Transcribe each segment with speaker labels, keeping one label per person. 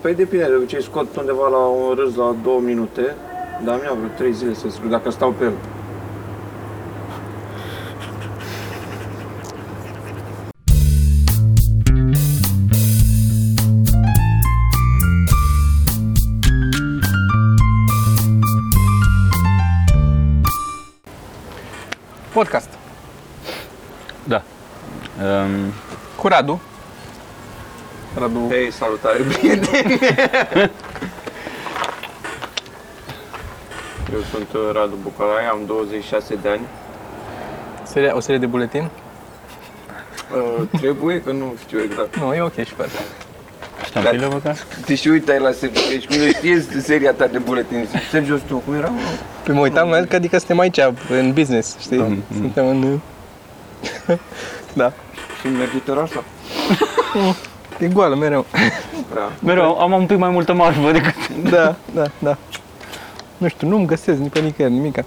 Speaker 1: Păi depinde, de obicei scot undeva la un râs la două minute, dar mi-a vreo trei zile să scriu, dacă stau pe el.
Speaker 2: Podcast.
Speaker 3: Da. Um,
Speaker 2: Ehm, Cu Radu.
Speaker 1: Radu. Hei, salutare, prieteni! Eu sunt uh, Radu Bucalai, am 26 de ani.
Speaker 2: Seria, o serie de buletin?
Speaker 1: Uh, trebuie că nu știu exact.
Speaker 2: Nu, e ok și pe asta.
Speaker 3: ștampilă, bă, ca?
Speaker 1: Te și uitai la Sergiu, deci nu știi seria ta de buletin. Sergiu, tu cum era?
Speaker 2: Păi mă uitam la el că adică suntem aici, în business, știi? Da. Suntem în... da.
Speaker 1: Și mergi terasa?
Speaker 2: E goală mereu.
Speaker 1: Da.
Speaker 3: Mereu, am un pic mai multă marfă decât...
Speaker 2: da, da, da. Nu știu, nu-mi găsesc nici pe nicăieri nimica.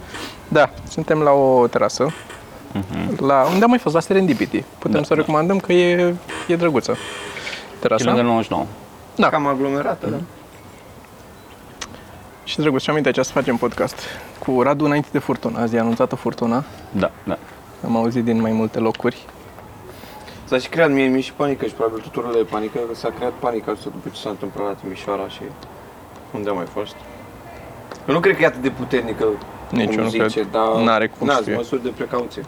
Speaker 2: Da, suntem la o terasă. La, unde am mai fost? La Serendipity. Putem
Speaker 3: Da,
Speaker 2: să
Speaker 3: da.
Speaker 2: recomandăm că e, e drăguță.
Speaker 3: Și lângă
Speaker 2: Terasa.
Speaker 3: 99.
Speaker 2: Da.
Speaker 1: Cam aglomerată, da?
Speaker 2: Și drăguț, și am aici să facem podcast cu Radu înainte de furtună. Azi e anunțată furtuna.
Speaker 3: Da, da.
Speaker 2: Am auzit din mai multe locuri.
Speaker 1: S-a și creat mie, mie și panică și probabil tuturor le e panică, că s-a creat panică asta după ce s-a întâmplat la Timișoara și unde a mai fost. Eu nu cred că e atât de puternică,
Speaker 2: Nici eu
Speaker 1: cum
Speaker 2: nu
Speaker 1: zice,
Speaker 2: cred.
Speaker 1: dar
Speaker 2: N-are cum să
Speaker 1: n-ați
Speaker 2: fie.
Speaker 1: măsuri de precauție.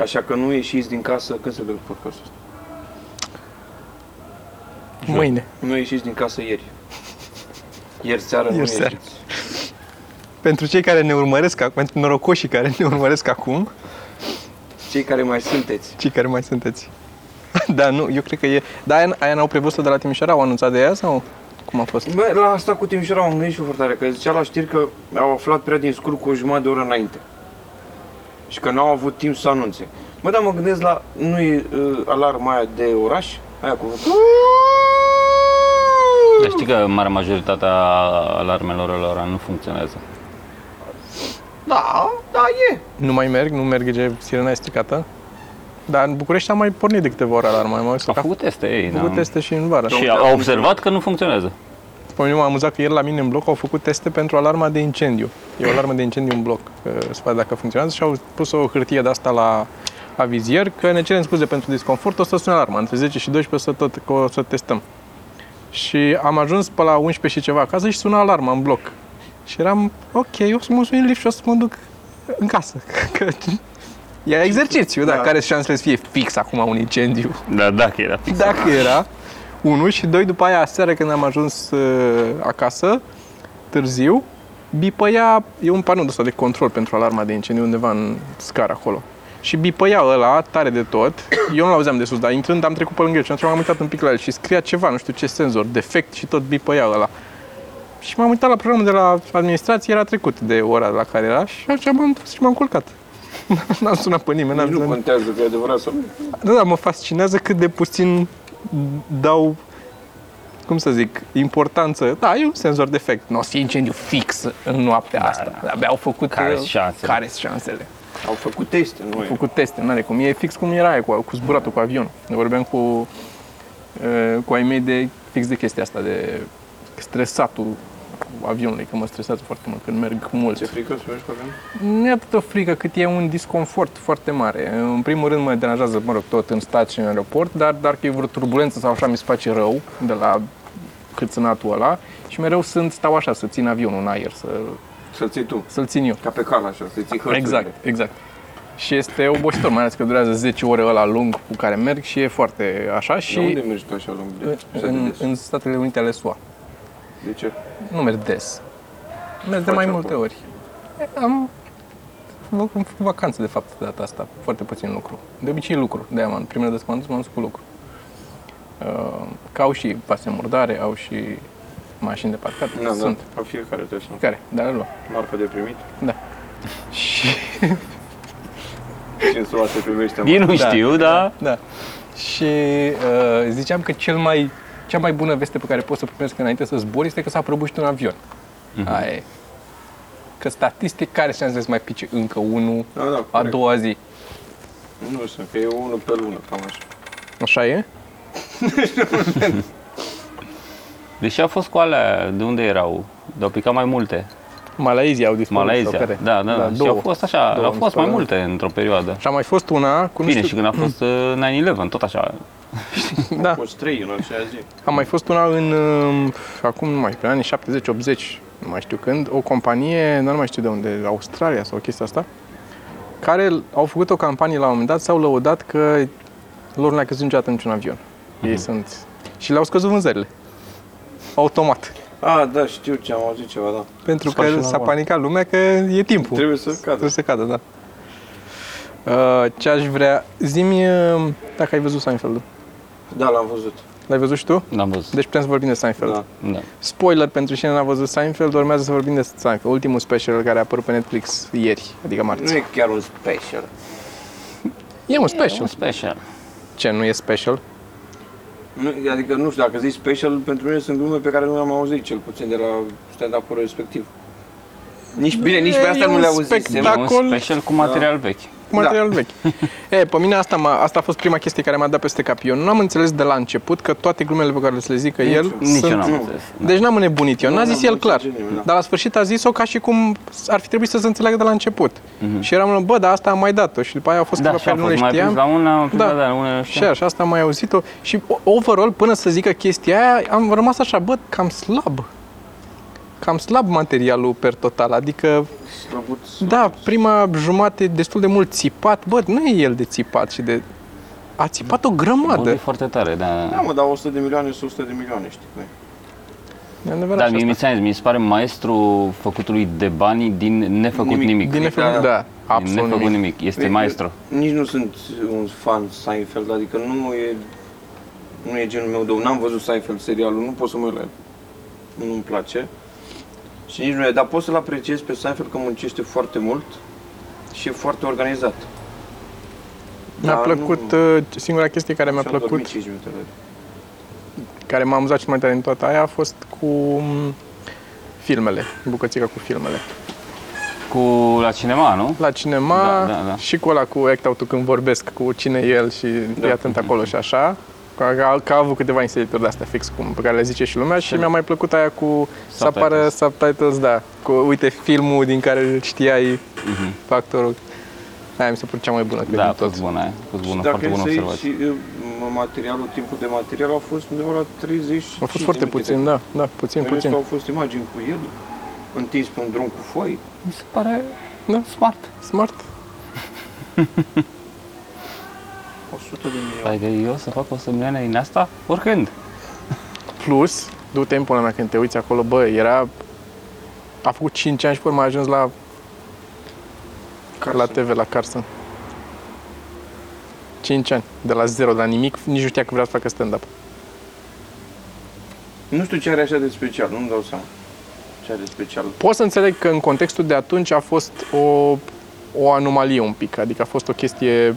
Speaker 1: Așa că nu ieșiți din casă, când se dă podcastul ăsta?
Speaker 2: Mâine.
Speaker 1: Nu ieșiți din casă ieri. Ieri seara nu
Speaker 2: Ieri seară.
Speaker 1: ieșiți.
Speaker 2: Pentru cei care ne urmăresc acum, pentru norocoșii care ne urmăresc acum,
Speaker 1: Cei care mai sunteți.
Speaker 2: cei care mai sunteți. da, nu, eu cred că e... Da, aia, aia n-au prevăzut de la Timișoara, au anunțat de ea sau cum a fost?
Speaker 1: Bă, la asta cu Timișoara am gândit și eu foarte tare, că zicea la știri că au aflat prea din scurt cu o jumătate de oră înainte. Și că n-au avut timp să anunțe. Mă, dar mă gândesc la, nu e uh, alarma aia de oraș? Aia cu...
Speaker 3: Dar Deci știi că marea majoritatea alarmelor lor nu funcționează.
Speaker 1: Da, da, e.
Speaker 2: Nu mai merg, nu merge, sirena e stricată. Dar în București am mai pornit de câteva ore alarma, am mai
Speaker 3: Au
Speaker 2: făcut,
Speaker 3: făcut teste ei, da.
Speaker 2: teste și în vară. Deci,
Speaker 3: Și au observat că nu funcționează.
Speaker 2: Pe mine m-a amuzat că ieri la mine în bloc au făcut teste pentru alarma de incendiu. E o alarmă de incendiu în bloc, că să vadă dacă funcționează și au pus o hârtie de asta la avizier că ne cerem scuze pentru disconfort, o să sune alarma. Între 10 și 12 o să tot că o să testăm. Și am ajuns pe la 11 și ceva acasă și sună alarma în bloc. Și eram, ok, eu o să mă sun în lift și o să mă duc în casă. Că e exercițiu, da,
Speaker 1: Da.
Speaker 2: care sunt șansele să fie fix acum un incendiu
Speaker 3: Da, dacă era fix.
Speaker 2: dacă era, unul și doi, după aia, seara când am ajuns uh, acasă, târziu, bipăia, e un panou de ăsta de control pentru alarma de incendiu undeva în scară acolo. Și bipăia ăla tare de tot, eu nu-l auzeam de sus, dar intrând am trecut pe lângă el și atunci m-am uitat un pic la el și scria ceva, nu știu ce senzor, defect și tot bipăia ăla. Și m-am uitat la programul de la administrație, era trecut de ora la care era și așa m-am dus și m-am culcat. n-am sunat pe nimeni, n-am
Speaker 1: Nici nu
Speaker 2: sunat
Speaker 1: contează că e adevărat sau nu.
Speaker 2: da, da, mă fascinează cât de puțin dau, cum să zic, importanță. Da, e un senzor defect. Nu o să fie incendiu fix în noaptea da, asta. Da. Abia au făcut...
Speaker 3: Care-s șansele?
Speaker 2: Care sunt șansele?
Speaker 1: Au făcut teste, nu
Speaker 2: Au
Speaker 1: e.
Speaker 2: făcut teste, n-are cum. E fix cum era aia cu, cu zburatul, cu avionul. Eu vorbeam cu, e, cu ai mei de, fix de chestia asta, de stresatul avionului, că mă stresează foarte mult când merg mult.
Speaker 1: Ce frică să mergi cu avionul?
Speaker 2: Nu e atât o frică cât e un disconfort foarte mare. În primul rând mă deranjează, mă rog, tot în stat și în aeroport, dar dacă e vreo turbulență sau așa mi se face rău de la câțânatul ăla și mereu sunt, stau așa, să țin avionul în aer, să,
Speaker 1: Să-l ții tu.
Speaker 2: să-l țin eu.
Speaker 1: Ca pe cal așa, să ții hărțurile.
Speaker 2: Exact, exact. Și este obositor, mai ales că durează 10 ore ăla lung cu care merg și e foarte așa
Speaker 1: Și...
Speaker 2: și
Speaker 1: Dar unde mergi tu așa lung? De,
Speaker 2: în, în, în Statele Unite ale SUA.
Speaker 1: de ce?
Speaker 2: Nu merg des. Merg de
Speaker 1: Faci
Speaker 2: mai
Speaker 1: acum?
Speaker 2: multe ori. Am lucru, am făcut vacanță, de fapt, de data asta. Foarte puțin lucru. De obicei lucru. De-aia, m-am- primele dată când m-am dus, m-am dus cu lucru. Uh, Că au și pase murdare, au și mașini de parcat.
Speaker 1: Na,
Speaker 2: Sunt.
Speaker 1: da, la fiecare trebuie să
Speaker 2: Care? Dar le luăm.
Speaker 1: marcă de primit.
Speaker 2: Da. Și...
Speaker 1: 500 se primește.
Speaker 3: Ei nu
Speaker 2: Da.
Speaker 3: știu, dar...
Speaker 2: Da. Și uh, ziceam că cel mai, cea mai bună veste pe care poți să o primești înainte să zbori este că s-a prăbușit un avion.
Speaker 1: Mhm.
Speaker 2: Aia e. Că statistic care șanse să mai pice încă unul
Speaker 1: Da, da,
Speaker 2: a
Speaker 1: corect.
Speaker 2: doua zi.
Speaker 1: Nu știu, că e unul pe lună, cam așa.
Speaker 2: Așa e?
Speaker 3: Deși a fost cu alea, de unde erau? Dar au picat mai multe.
Speaker 2: Malaezia au dispărut.
Speaker 3: Malaysia.
Speaker 2: sau care?
Speaker 3: Da, da, da. și
Speaker 2: două.
Speaker 3: au fost așa,
Speaker 2: Două
Speaker 3: au fost mai
Speaker 2: dispărut.
Speaker 3: multe într-o perioadă.
Speaker 2: Și a mai fost una cu nu
Speaker 3: Bine, și
Speaker 2: știu,
Speaker 3: când a fost uh, 9-11, tot așa.
Speaker 2: da,
Speaker 1: Cu trei în acea zi.
Speaker 2: a mai fost una în, um, acum nu mai știu, în anii 70-80, nu mai știu când, o companie, dar nu mai știu de unde, Australia sau chestia asta, care au făcut o campanie la un moment dat, s-au lăudat că lor nu a căzut niciodată niciun avion.
Speaker 3: Mhm.
Speaker 2: Ei sunt... Și le-au scăzut vânzările. Automat.
Speaker 1: A, da, știu ce am auzit ceva, da.
Speaker 2: Pentru
Speaker 3: Scoate
Speaker 2: că
Speaker 3: la
Speaker 2: s-a
Speaker 3: oameni.
Speaker 2: panicat lumea că e timpul.
Speaker 1: Trebuie să cadă.
Speaker 2: Trebuie să cadă, da. Uh, ce aș vrea... Zimi uh, dacă ai văzut Seinfeld.
Speaker 1: Da, l-am văzut.
Speaker 2: L-ai văzut și tu?
Speaker 3: N-am văzut.
Speaker 2: Deci putem să vorbim de Seinfeld.
Speaker 1: Da.
Speaker 3: Da.
Speaker 2: Spoiler pentru cine n-a văzut Seinfeld, urmează să vorbim de Seinfeld, ultimul special care a apărut pe Netflix ieri, adică
Speaker 1: Nu
Speaker 2: marți.
Speaker 1: e chiar un special.
Speaker 2: E un
Speaker 3: E un
Speaker 2: special.
Speaker 3: special.
Speaker 2: Ce, nu e special?
Speaker 1: Nu, adică, nu știu, dacă zici special, pentru mine sunt glume pe care nu le-am auzit, cel puțin de la stand-up-ul respectiv. Nici bine, nici pe
Speaker 2: E
Speaker 1: asta nu
Speaker 2: un
Speaker 1: le auzisem.
Speaker 2: spectacol.
Speaker 1: Da.
Speaker 3: E un
Speaker 2: Acolo-
Speaker 3: special cu material vechi.
Speaker 2: Cu material da. vechi. e, pe mine asta, m-a, asta a fost prima chestie care m-a dat peste cap. Eu nu am înțeles de la început că toate glumele pe care le zică el
Speaker 3: Nici eu
Speaker 2: sunt
Speaker 3: n-am
Speaker 1: Nu.
Speaker 3: înțeles.
Speaker 2: Deci n-am înnebunit eu,
Speaker 1: Nu,
Speaker 2: n-a
Speaker 1: n-am
Speaker 2: zis el clar.
Speaker 1: înțeles nimeni, da.
Speaker 2: Dar la sfârșit a zis-o ca și cum ar fi trebuit să se înțeleagă de la început. Și eram, bă, dar asta am mai dat-o. Și după aia au fost
Speaker 3: Mhm. Da,
Speaker 2: câteva
Speaker 3: și a
Speaker 2: care nu le
Speaker 3: fost mai prins
Speaker 2: știam.
Speaker 3: la una, da.
Speaker 2: Da.
Speaker 3: da, la una nu
Speaker 2: Și
Speaker 3: știam.
Speaker 2: așa, asta am mai auzit-o. Și o- overall, până să zică chestia aia, am rămas așa, bă, cam slab. Cam slab materialul per total, adică, da, prima jumate destul de mult țipat, bă, nu e el de țipat și de... A țipat o
Speaker 3: Vorbi
Speaker 2: grămadă.
Speaker 3: foarte tare, da.
Speaker 1: Da, mă, dar 100 de milioane sunt 100 de milioane, știi cum e.
Speaker 2: E adevărat
Speaker 3: Da,
Speaker 2: și
Speaker 3: mie, mi,
Speaker 2: asta.
Speaker 3: ți-am zis, mi se pare maestru făcutului de bani din nefăcut
Speaker 1: Nimic.
Speaker 3: nimic.
Speaker 2: Din nefăcut,
Speaker 1: Da,
Speaker 2: da,
Speaker 3: din
Speaker 2: absolut
Speaker 3: nefăcut nimic.
Speaker 2: nimic.
Speaker 3: Este maestru.
Speaker 1: Nici nu sunt un fan Seinfeld, adică nu e, nu e genul meu de om. N-am văzut Seinfeld serialul, nu pot să mă uit la el. Nu-mi place. Și nici nu e, dar pot să-l apreciez pe Seinfeld că muncește foarte mult și e foarte organizat.
Speaker 2: Mi-a
Speaker 1: Da,
Speaker 2: plăcut,
Speaker 1: nu-
Speaker 2: uh, singura chestie care mi-a
Speaker 1: Și-am dormit
Speaker 2: plăcut,
Speaker 1: 5 minute la el.
Speaker 2: care m-a amuzat cel mai tare în toată aia, a fost cu mm, filmele, bucățica cu filmele.
Speaker 3: Cu la cinema, nu?
Speaker 2: La cinema
Speaker 3: Da, da, da.
Speaker 2: și cu ăla cu act out când vorbesc cu cine e el și da. e atent acolo și așa. Că, că, că a avut câteva inserturi de-astea fix cum, pe care le zice și lumea și mi-a mai plăcut aia cu să apară
Speaker 3: Subtitles.
Speaker 2: subtitles, da, cu uite filmul din care îl știai uh-huh. factorul. Aia mi se pare cea mai bună, cred,
Speaker 3: Mhm. Da, a
Speaker 2: din tot.
Speaker 3: fost bună aia. A fost bună,
Speaker 1: și dacă
Speaker 3: foarte
Speaker 1: e
Speaker 3: bună
Speaker 1: să iei
Speaker 3: observație.
Speaker 1: și uh, materialul, timpul de material a fost undeva la 30
Speaker 2: A fost foarte puțin, da, da, puțin,
Speaker 1: În restul
Speaker 2: puțin.
Speaker 1: au fost imagini cu el, întins pe un drum cu foi.
Speaker 3: Mi se pare
Speaker 2: Da.
Speaker 3: smart.
Speaker 2: Smart.
Speaker 1: 100 de milioane.
Speaker 3: Adică eu să fac 100 milioane din asta oricând.
Speaker 2: Plus, du-te în pula mea când te uiți acolo, bă, era... A făcut 5 ani și pe urmă a ajuns la, la TV, la Carson. 5 ani, de la zero, de la nimic, nici nu știa că vrea să facă stand-up.
Speaker 1: Nu știu ce are așa de special, nu-mi dau seama. Ce are de special.
Speaker 2: Pot să înțeleg că în contextul de atunci a fost o, o anomalie un pic, adică a fost o chestie,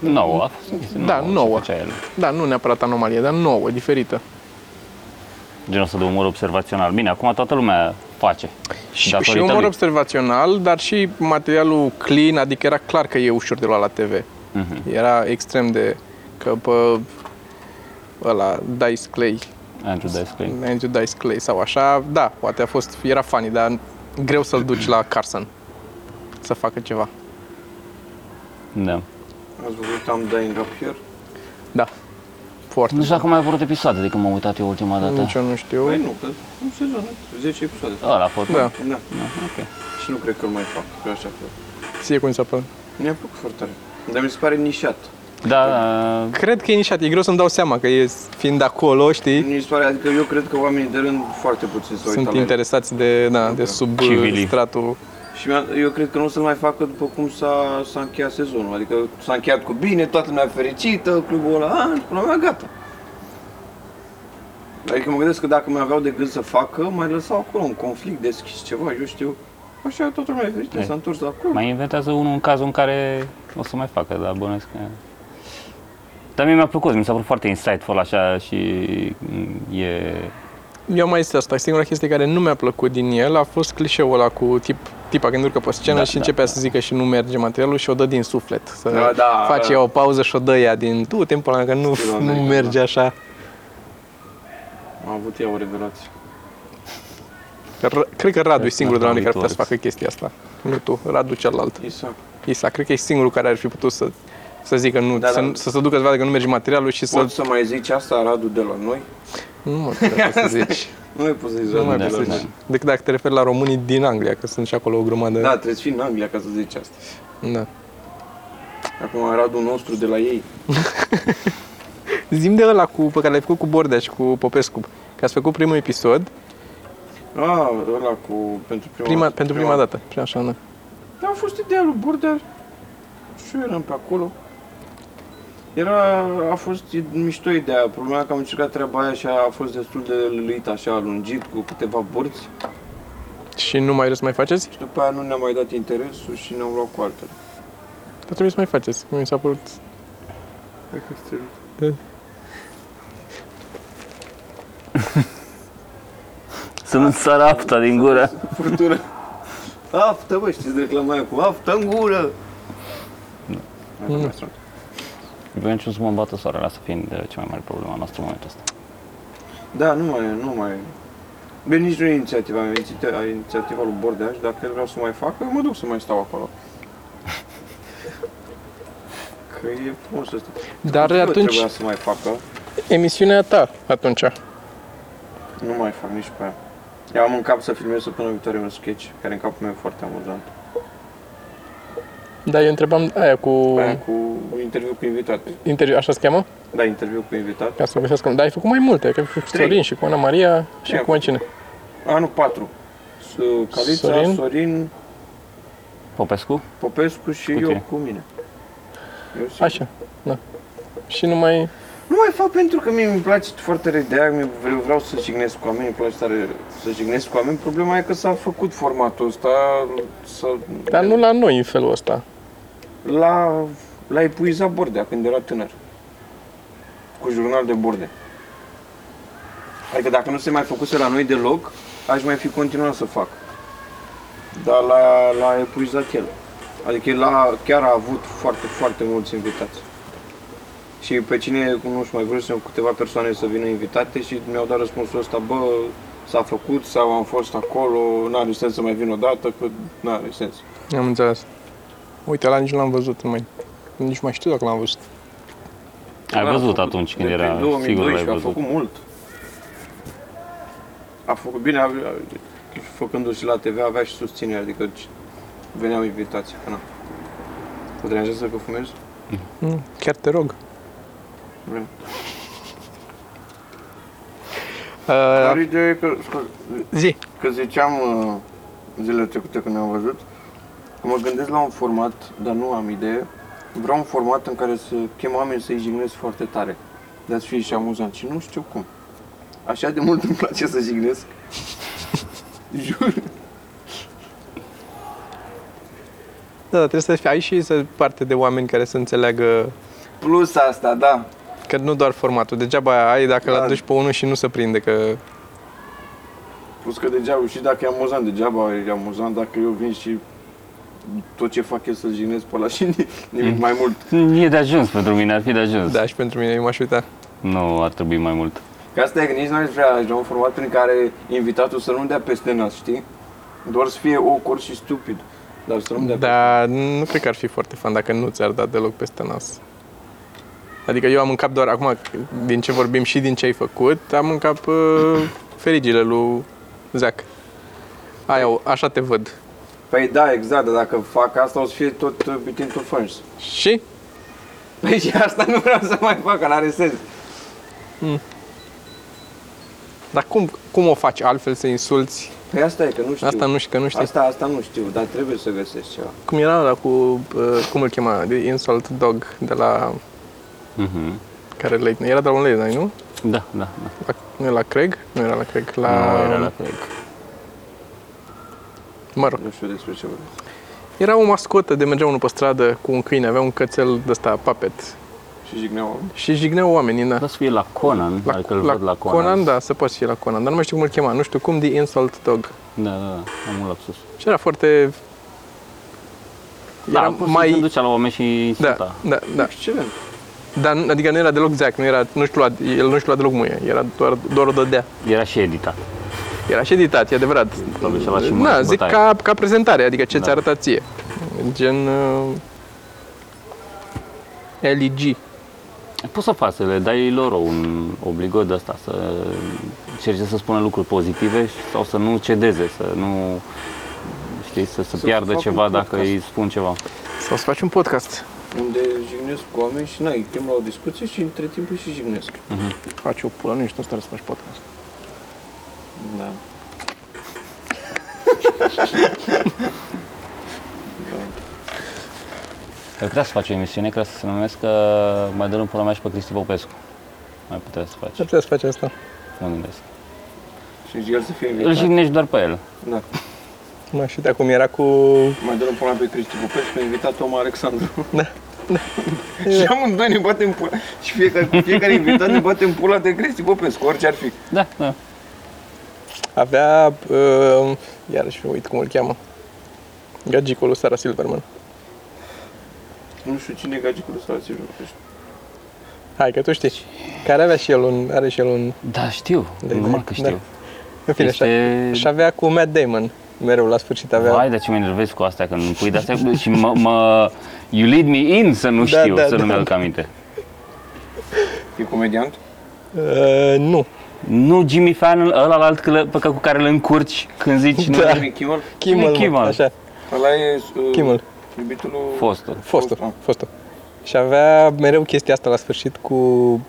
Speaker 3: Nouă. A fost o chestie
Speaker 2: Da, nouă.
Speaker 3: Ce făcea el.
Speaker 2: da, nu neapărat anomalie, dar nouă, diferită.
Speaker 3: Genul ăsta de umor observațional. Bine, acum toată lumea face.
Speaker 2: Și, și
Speaker 3: Datorită
Speaker 2: umor
Speaker 3: lui.
Speaker 2: observațional, dar și materialul clean, adică era clar că e ușor de luat la TV.
Speaker 3: Mhm.
Speaker 2: Era extrem de... Că pe ăla, Dice Clay,
Speaker 3: Andrew Dice Clay.
Speaker 2: Andrew Dice Clay sau așa, da, poate a fost, era funny, dar greu să-l duci la Carson să facă ceva.
Speaker 3: Da.
Speaker 1: Ați văzut am Dying Up Here?
Speaker 2: Da, foarte.
Speaker 3: Nu știu dacă mai au apărut episoade de când m-am uitat eu ultima dată.
Speaker 2: Nici eu nu știu.
Speaker 1: Păi nu, că un sezon, 10 episoade.
Speaker 3: Ăla a fost.
Speaker 2: Da,
Speaker 1: Da.
Speaker 3: Ok.
Speaker 1: Și nu cred că îl mai fac, eu așa cred.
Speaker 2: ție cum ți s-a părut?
Speaker 1: Mi-a plăcut foarte tare. Dar mi se pare nișat.
Speaker 3: Da, da,
Speaker 2: Cred că e nișat, e greu să-mi dau seama că e fiind acolo, știi,
Speaker 1: Mi se pare, adică eu cred că oamenii de rând foarte puțin se uită
Speaker 2: sunt
Speaker 1: la el.
Speaker 2: interesați de, da, de sub uh,
Speaker 3: Civilii.
Speaker 2: stratul.
Speaker 1: Și mi-a- eu cred că nu o să-l mai facă după cum s-a, s-a încheiat sezonul. Adică s-a încheiat cu bine, toată lumea fericită, clubul ăla, a, și până la urmă, gata. Adică mă gândesc că dacă mai aveau de gând să facă, mai lăsau acolo un conflict deschis, ceva, eu știu. Așa toată lumea e fericită,
Speaker 3: Ei.
Speaker 1: s-a întors la club.
Speaker 3: mai inventează unul în cazul în care o să mai facă, dar bănuiesc că... Dar mie mi-a plăcut, mi s-a părut foarte insightful așa și mm, e...
Speaker 2: Eu mai este asta. Singura chestie care nu mi-a plăcut din el a fost clișeul ăla cu tip, tipa când urcă pe scenă
Speaker 3: Da,
Speaker 2: și
Speaker 3: da,
Speaker 2: începea să zică și nu merge materialul și o dă din suflet. Să
Speaker 1: Da, da,
Speaker 2: face
Speaker 1: da.
Speaker 2: o pauză și o dă ea din tu, timpul ăla că nu,
Speaker 1: Stilul
Speaker 2: nu
Speaker 1: american,
Speaker 2: merge așa.
Speaker 1: A avut ea o revelație.
Speaker 2: R- cred că Radu e
Speaker 3: Deci,
Speaker 2: singurul de la
Speaker 3: n-am
Speaker 2: noi care putea să
Speaker 3: uitat.
Speaker 2: facă chestia asta. Nu tu, Radu celălalt.
Speaker 1: Isa.
Speaker 2: Isa, cred că e singurul care ar fi putut să, să zică nu,
Speaker 1: Da,
Speaker 2: să,
Speaker 1: da.
Speaker 2: să se ducă să vadă că nu merge materialul și să...
Speaker 1: Poți să mai zici asta, Radu, de la noi?
Speaker 2: Nu mă cred că să zici.
Speaker 1: Nu mai poți să zici
Speaker 2: Nu mai
Speaker 1: Radu de
Speaker 2: poți
Speaker 1: la
Speaker 2: să
Speaker 1: noi.
Speaker 2: zici. Decât dacă te referi la românii din Anglia, că sunt și acolo o grămadă.
Speaker 1: Da, trebuie să fii în Anglia ca să zici asta.
Speaker 2: da.
Speaker 1: Acum Radu nostru de la ei.
Speaker 2: Zim de ăla cu, pe care l-ai făcut cu Bordea și cu Popescu. Că ați făcut primul episod,
Speaker 1: A, Ah, ăla cu... pentru prima,
Speaker 2: prima, pentru prima dată. Prima, așa, da.
Speaker 1: Da, a fost ideea lui Bordea. Și eu eram pe acolo. Era, a fost i- mișto ideea, problema că am încercat treaba aia și a fost destul de lăluit, așa, lungit, cu câteva borți.
Speaker 2: Și nu mai vreți să mai faceți?
Speaker 1: Și după aia nu ne-a mai dat interesul și ne-am luat cu altele.
Speaker 2: Dar trebuie să mai faceți. Mi s-a părut...
Speaker 3: Sunt sărapta din gură.
Speaker 1: Furtună. Aftă, bă, știți reclama aia cu aftă în gură. Nu.
Speaker 2: Mm.
Speaker 3: Vreau niciun să mă bată soarele, asta fiind eh, cea mai mare problema noastră în momentul ăsta.
Speaker 1: Da, nu mai, nu mai. Bine, nici nu e inițiativa mea, iniția- inițiativa lui Bordea și dacă el vrea să o mai facă, mă duc să mai stau acolo. Că e frumos ăsta.
Speaker 2: Dar
Speaker 1: Eu
Speaker 2: atunci,
Speaker 1: Trebuia să mai facă,
Speaker 2: emisiunea ta atunci.
Speaker 1: nu mai fac nici pe aia. Eu am în cap să filmez săptămâna viitoare un sketch, care în capul meu e foarte amuzant.
Speaker 2: Da, eu întrebam aia cu...
Speaker 1: Aia cu interviu cu invitat.
Speaker 2: Interviu, așa se cheamă?
Speaker 1: Da, interviu cu invitat.
Speaker 2: Ca să găsesc un... Dar ai făcut mai multe, că ai făcut cu
Speaker 1: Trei.
Speaker 2: Sorin și cu Ana Maria și
Speaker 1: Ia.
Speaker 2: cu mai cine.
Speaker 1: Anul 4. S- Calița,
Speaker 2: Sorin?
Speaker 1: Sorin, Sorin
Speaker 3: Popescu?
Speaker 1: Popescu și
Speaker 3: Cu
Speaker 1: eu
Speaker 3: tine.
Speaker 1: cu mine. Eu sigur.
Speaker 2: Așa, da. Și nu mai...
Speaker 1: Nu mai fac pentru că mie mi place foarte tare ideea, mi vreau, vreau să jignesc cu oameni, îmi place tare să jignesc cu oameni. Problema e că s-a făcut formatul ăsta, s-a,
Speaker 2: Dar nu la noi în felul ăsta.
Speaker 1: l-a, l-a epuizat Bordea când era tânăr, cu jurnal de Bordea. Adică dacă nu se mai făcuse la noi deloc, aș mai fi continuat să fac. Dar l-a, l-a epuizat el. Adică el a, chiar a avut foarte, foarte mulți invitați. Și pe cine, cum nu știu, mai vrusem cu câteva persoane să vină invitate și mi-au dat răspunsul ăsta, bă, s-a făcut sau am fost acolo, n-are sens să mai vin o dată, că n-are sens.
Speaker 2: Am înțeles. Uite, ăla nici nu l-am văzut, mai. Nici mai știu dacă l-am văzut.
Speaker 3: Ai
Speaker 1: L-am
Speaker 3: văzut
Speaker 1: Da, făcut
Speaker 3: atunci când
Speaker 1: de
Speaker 3: era,
Speaker 1: prin
Speaker 3: sigur l-ai
Speaker 1: 2012, a
Speaker 3: văzut.
Speaker 1: făcut mult. A făcut bine, avea, făcându-și la TV avea și susținere, adică ci- veneau invitații. că Na. Te deranjează că fumezi?
Speaker 2: Mm, chiar te rog.
Speaker 1: Vreau. Dar
Speaker 2: Uh,
Speaker 1: ideea e că, scuze,
Speaker 2: zi.
Speaker 1: Că ziceam uh, zilele trecute când ne-am văzut, că mă gândesc la un format, dar nu am idee. Vreau un format în care să chem oameni să-i jignesc foarte tare. De a-ți fie și amuzant. Și nu știu cum. Așa de mult îmi place să jignesc. Jur.
Speaker 2: Da, dar trebuie să fii, ai și să parte de oameni care să înțeleagă
Speaker 1: Plus asta, da.
Speaker 2: că nu doar formatul. Degeaba ai dacă
Speaker 1: Da.
Speaker 2: l aduci pe unul și nu se prinde că...
Speaker 1: Plus că degeaba, și dacă e amuzant, degeaba e amuzant dacă eu vin și tot ce fac e să jignesc pe ăla și ni- nimic mai mult.
Speaker 3: E de ajuns pentru mine, ar fi de ajuns.
Speaker 2: Da, și pentru mine eu m-aș uita.
Speaker 3: Nu ar trebui mai mult.
Speaker 1: Ca asta e că nici n-aș vrea, aș vrea un format în care invitatul să nu dea peste nas, știi? Doar să fie awkward și stupid. Dar să nu dea
Speaker 2: Dar nu cred că ar fi foarte fan dacă nu ți-ar da deloc peste nas. Adică eu am în cap doar, acum, din ce vorbim și din ce ai făcut, am în cap uh, ferigile lui Zac. Aia, o- așa te văd.
Speaker 1: peste Păi da, exact, dar dacă fac asta o să fie tot uh, between two friends.
Speaker 2: Și?
Speaker 1: Păi și asta nu vreau să mai fac, că n-are sens.
Speaker 2: Dar cum, cum o faci altfel să insulți?
Speaker 1: Păi asta e, că nu știu.
Speaker 2: Asta nu știu, că nu știi.
Speaker 1: Asta, asta nu știu, dar trebuie să găsesc ceva.
Speaker 2: Cum era ăla cu, uh, cum îl chema, de Insult Dog, de la,
Speaker 3: Mhm.
Speaker 2: care le, era de la un late night, nu?
Speaker 3: Da, da, da.
Speaker 2: La, nu era la Craig? Nu era la Craig, la,
Speaker 3: Nu era la fel.
Speaker 2: mă rog.
Speaker 1: Nu știu despre ce vorbesc.
Speaker 2: Era o mascotă de mergea unul pe stradă cu un câine, avea un cățel de ăsta, puppet.
Speaker 1: Și jigneau
Speaker 2: Și jigneau oamenii, da.
Speaker 3: Da, să fie la Conan, la, dacă îl văd la Conan.
Speaker 2: Conan, da, se poate și la Conan, dar nu mai știu cum îl chema, nu știu cum, The Insult Dog.
Speaker 3: Da, da, da, am un lapsus.
Speaker 2: Și era foarte...
Speaker 3: Da, era mai... ducea la oameni și
Speaker 2: Da,
Speaker 3: insulta.
Speaker 2: da, da.
Speaker 1: Excelent.
Speaker 2: Dar nu- adică nu era deloc zeac, nu era, nu știu, el nu știu lua deloc muie, era doar, doar o dădea.
Speaker 3: Era și editat.
Speaker 2: Era și editat, e adevărat.
Speaker 3: Probabil și-a luat și
Speaker 2: Da,
Speaker 3: mâini,
Speaker 2: zic
Speaker 3: bătaie.
Speaker 2: ca, ca prezentare, adică ce
Speaker 3: Da.
Speaker 2: ți-a arătat ție. Gen... Uh, LEG.
Speaker 3: Poți să faci, să le dai lor un obligo de asta, să încerce să spună lucruri pozitive și- sau să nu cedeze, să nu știi, să, să,
Speaker 1: Să
Speaker 3: piardă
Speaker 1: fac un
Speaker 3: ceva dacă
Speaker 1: podcast.
Speaker 3: îi spun ceva.
Speaker 2: Sau să faci un podcast.
Speaker 1: Unde jignesc cu oameni și na, îi chem la o discuție și între timp îi și jignesc.
Speaker 2: Faci o pula, nu ești în stare să faci podcast.
Speaker 1: Da. Da.
Speaker 3: Ar putea să faci o emisiune care să se numească Mai dă pula mea și pe Cristi Popescu. Mai putea să faci,
Speaker 2: Ce putea să faci asta?
Speaker 3: mă gândesc.
Speaker 1: Și el să fie
Speaker 3: Îl
Speaker 1: invitat.
Speaker 3: jignești doar pe el.
Speaker 1: Da.
Speaker 2: Mă, și de acum era cu...
Speaker 1: Mai dăm pula pe Cristi Popescu, a invitat Toma Alexandru.
Speaker 2: Da.
Speaker 1: și amândoi ne batem pula. Și fiecare, cu fiecare invitat ne batem pula de Cristi Popescu, orice ar fi.
Speaker 3: Da, da.
Speaker 2: Avea... Uh, iarăși uit cum îl cheamă. Gagicul lui Sara Silverman.
Speaker 1: Nu știu cine e gagicul ăsta, ți-l Popescu.
Speaker 2: Hai că tu știi. Care avea și el un... Are și el un...
Speaker 3: Da, știu,
Speaker 2: Da,
Speaker 3: normal
Speaker 2: da,
Speaker 3: că știu.
Speaker 2: În fine,
Speaker 3: Este-
Speaker 2: este... și avea cu Matt Damon. Mereu la sfârșit avea...
Speaker 3: Vai, dar ce mă enervez cu astea când îmi pui de-astea și mă, mă, you lead me in să nu știu,
Speaker 2: da,
Speaker 3: să nu
Speaker 2: da.
Speaker 3: mi-aduc aminte.
Speaker 1: E comediant?
Speaker 2: Uh, nu.
Speaker 3: Nu Jimmy Fallon, ăla la alt călă- pe care- cu care îl încurci când zici nu
Speaker 2: Da.
Speaker 3: da.
Speaker 1: Jimmy Kimmel?
Speaker 2: Kimmel, mă,
Speaker 3: Kimmel.
Speaker 2: Așa,
Speaker 1: Ăla e... Uh,
Speaker 2: Kimmel.
Speaker 1: Iubitul lui-
Speaker 3: Fostul.
Speaker 2: Fostul,
Speaker 1: Ah.
Speaker 2: fostul. Și avea mereu chestia asta la sfârșit cu... Uh,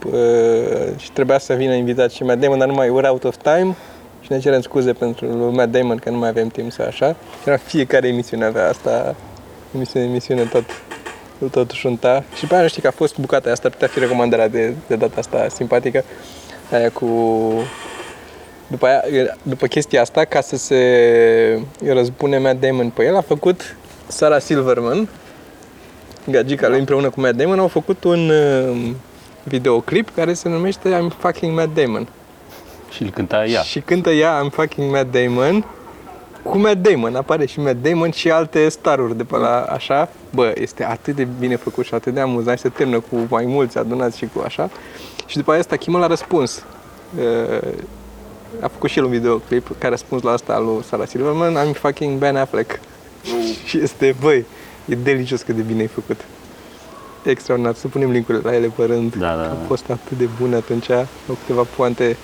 Speaker 2: și trebuia să vină invitat și Matt Damon, dar nu mai we're out of time. Și ne cerem scuze pentru lui Matt Damon că nu mai avem timp să așa. Și era fiecare emisiune avea asta. Emisiune, emisiune, tot îl tot șunta. Și pe aia știi că a fost bucata aia, asta ar putea fi recomandarea de, de data asta simpatică. Aia cu... După, aia, după chestia asta, ca să se răzbune Matt Damon pe el, a făcut Sara Silverman, gagica lui împreună cu Matt Damon, au făcut un um, videoclip care se numește I'm fucking Matt Damon.
Speaker 3: Și îl cânta ea.
Speaker 2: Și cântă ea I'm fucking Matt Damon cu Matt Damon, apare și Matt Damon și alte staruri de pe la așa. Bă, este atât de bine făcut și atât de amuzant și se termină cu mai mulți adunați și cu așa. Și după asta Kimmel a răspuns. Uh, a făcut și el un videoclip care a răspuns la asta lui Sara Silverman, I'm fucking Ben Affleck. și este, băi, e delicios cât de bine ai făcut. Extraordinar, să punem linkurile la ele pe rând.
Speaker 3: Da, da,
Speaker 2: că
Speaker 3: da.
Speaker 2: A fost atât de bun atunci, au câteva poante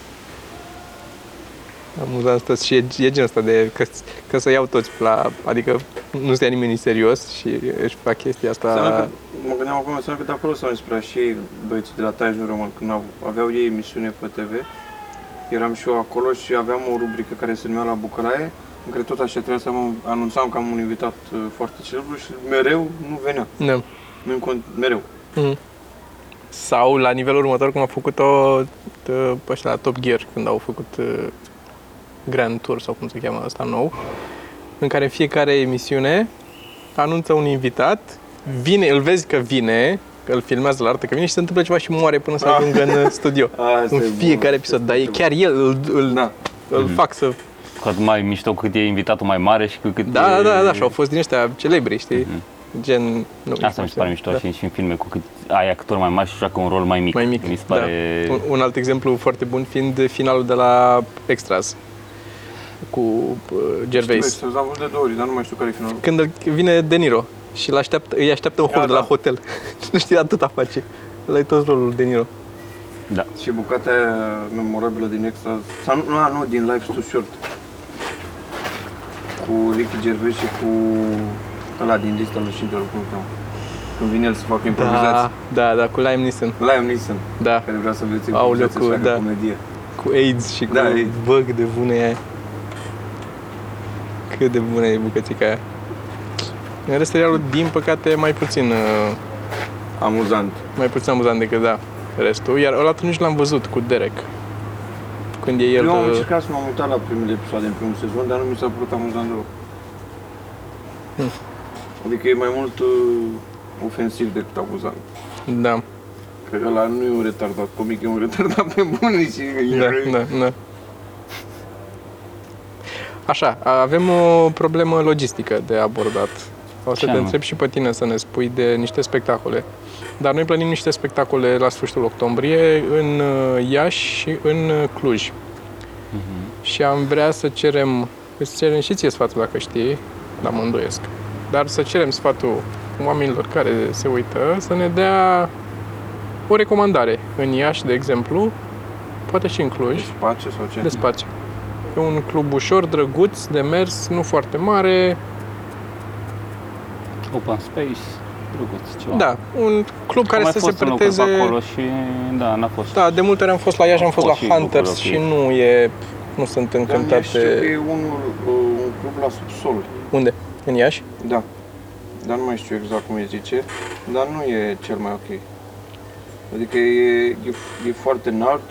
Speaker 2: amuzant tot și e, e genul ăsta de că, că să iau toți la, adică nu se ia nimeni în serios și își fac chestia
Speaker 1: Înseamnă că,
Speaker 2: asta.
Speaker 1: mă gândeam acum, înseamnă că de acolo s-au inspirat și ei, băieții de la Tajul Român, când au- aveau ei emisiune pe TV. Eram și eu acolo și aveam o rubrică care se numea La Bucălaie, în care tot așa trebuia să am, anunțam că am un invitat uh, foarte celebru și mereu nu venea.
Speaker 2: Da.
Speaker 1: Nu în cont, mereu.
Speaker 2: Mhm. Sau la nivelul următor, cum a făcut-o tă, pe ăștia la Top Gear, când au făcut uh, Grand Tour sau cum se cheamă ăsta nou, în care în fiecare emisiune anunță un invitat, vine, îl vezi că vine, că îl filmează la artă că vine și se întâmplă ceva și moare până să
Speaker 1: Ah.
Speaker 2: ajungă în studio.
Speaker 1: Asta
Speaker 2: în
Speaker 1: e bun,
Speaker 2: fiecare
Speaker 1: asta
Speaker 2: episod,
Speaker 1: e
Speaker 2: dar e
Speaker 1: foarte
Speaker 2: chiar el, îl, îl,
Speaker 1: Da.
Speaker 3: Mhm.
Speaker 2: îl fac să
Speaker 3: Cu atât mai mișto cu cât e invitatul mai mare și cu cât
Speaker 2: Da,
Speaker 3: e...
Speaker 2: da, da, da, și au fost din ăștia celebri, știi? Gen... Nu,
Speaker 3: Mhm.
Speaker 2: da,
Speaker 3: Asta mi se pare mișto și, și în filme, cu cât ai actor mai mare și joacă un rol mai mic.
Speaker 2: Mai mic,
Speaker 3: Mi se pare...
Speaker 2: da. Un, un alt exemplu foarte bun fiind finalul de la Extras cu uh, Gervais.
Speaker 1: Știu, să-l am văzut de două ori, dar nu mai știu care e finalul.
Speaker 2: Când îl- vine De Niro și îl așteaptă, îi așteaptă un
Speaker 1: Da,
Speaker 2: hol de la
Speaker 1: da.
Speaker 2: hotel. nu știi, atâta face. Ăla e tot rolul lui De Niro.
Speaker 3: da.
Speaker 1: Și bucata aia memorabilă din extra, sau nu, nu, nu, din Life's Too Short. Cu Ricky Gervais și cu ăla din lista lui Schindler, cum îl cheamă. Când vine el să facă improvizații.
Speaker 2: da, da, cu Liam Neeson.
Speaker 1: Liam Neeson,
Speaker 2: Da,
Speaker 1: care vrea să vedeți
Speaker 2: Aoleu,
Speaker 1: improvizații și
Speaker 2: cu-
Speaker 1: facă
Speaker 2: da.
Speaker 1: comedie.
Speaker 2: cu AIDS și cu
Speaker 1: Da, e-
Speaker 2: bă, cât de bună e aia. Cât de bună e bucățica aia. În rest, serialul, din păcate, e mai puțin uh,
Speaker 1: Amuzant.
Speaker 2: mai puțin amuzant decât da restul, iar ăla atunci l-am văzut cu Derek. Când e el...
Speaker 1: Eu am
Speaker 2: uh,
Speaker 1: încercat să m-am uitat la primele episoade în primul sezon, dar nu mi s-a părut amuzant deloc.
Speaker 2: Hmm.
Speaker 1: Adică e mai mult uh, ofensiv decât amuzant.
Speaker 2: Da,
Speaker 1: Că ăla nu e un retardat comic, e un retardat pe bune și...
Speaker 2: da, da, da. Așa, avem o problemă logistică de abordat. O să
Speaker 3: Ce
Speaker 2: te
Speaker 3: anume?
Speaker 2: întreb și pe tine să ne spui de niște spectacole. Dar noi plănim niște spectacole la sfârșitul octombrie în uh, Iași și în uh, Cluj.
Speaker 3: Mhm.
Speaker 2: Și am vrea să cerem, îți cerem și ție sfatul dacă știi, dar mă îndoiesc. Dar să cerem sfatul oamenilor care se uită să ne dea o recomandare. În Iași, de exemplu, poate și în Cluj,
Speaker 1: Spațiu sau ce?
Speaker 2: de spațiu. E un club ușor, drăguț, de mers, nu foarte mare,
Speaker 3: Open space, drăguț, ceva.
Speaker 2: Da, un club care
Speaker 3: Am mai
Speaker 2: să se
Speaker 3: fost în locuri pe
Speaker 2: preteze...
Speaker 3: acolo și da, n-a fost.
Speaker 2: Da, de multe ori am fost la Iași, am
Speaker 3: Au
Speaker 2: fost,
Speaker 3: fost
Speaker 2: la
Speaker 3: și
Speaker 2: Hunters
Speaker 3: locuri,
Speaker 2: și
Speaker 3: ok.
Speaker 2: nu e... Nu sunt
Speaker 1: Dar mi-aș știu că
Speaker 2: încântate...
Speaker 1: e un, uh, un club la subsol.
Speaker 2: Unde? În Iași?
Speaker 1: Da. Dar nu mai știu exact cum îi zice, dar nu e cel mai ok. Adică e, e, e foarte înalt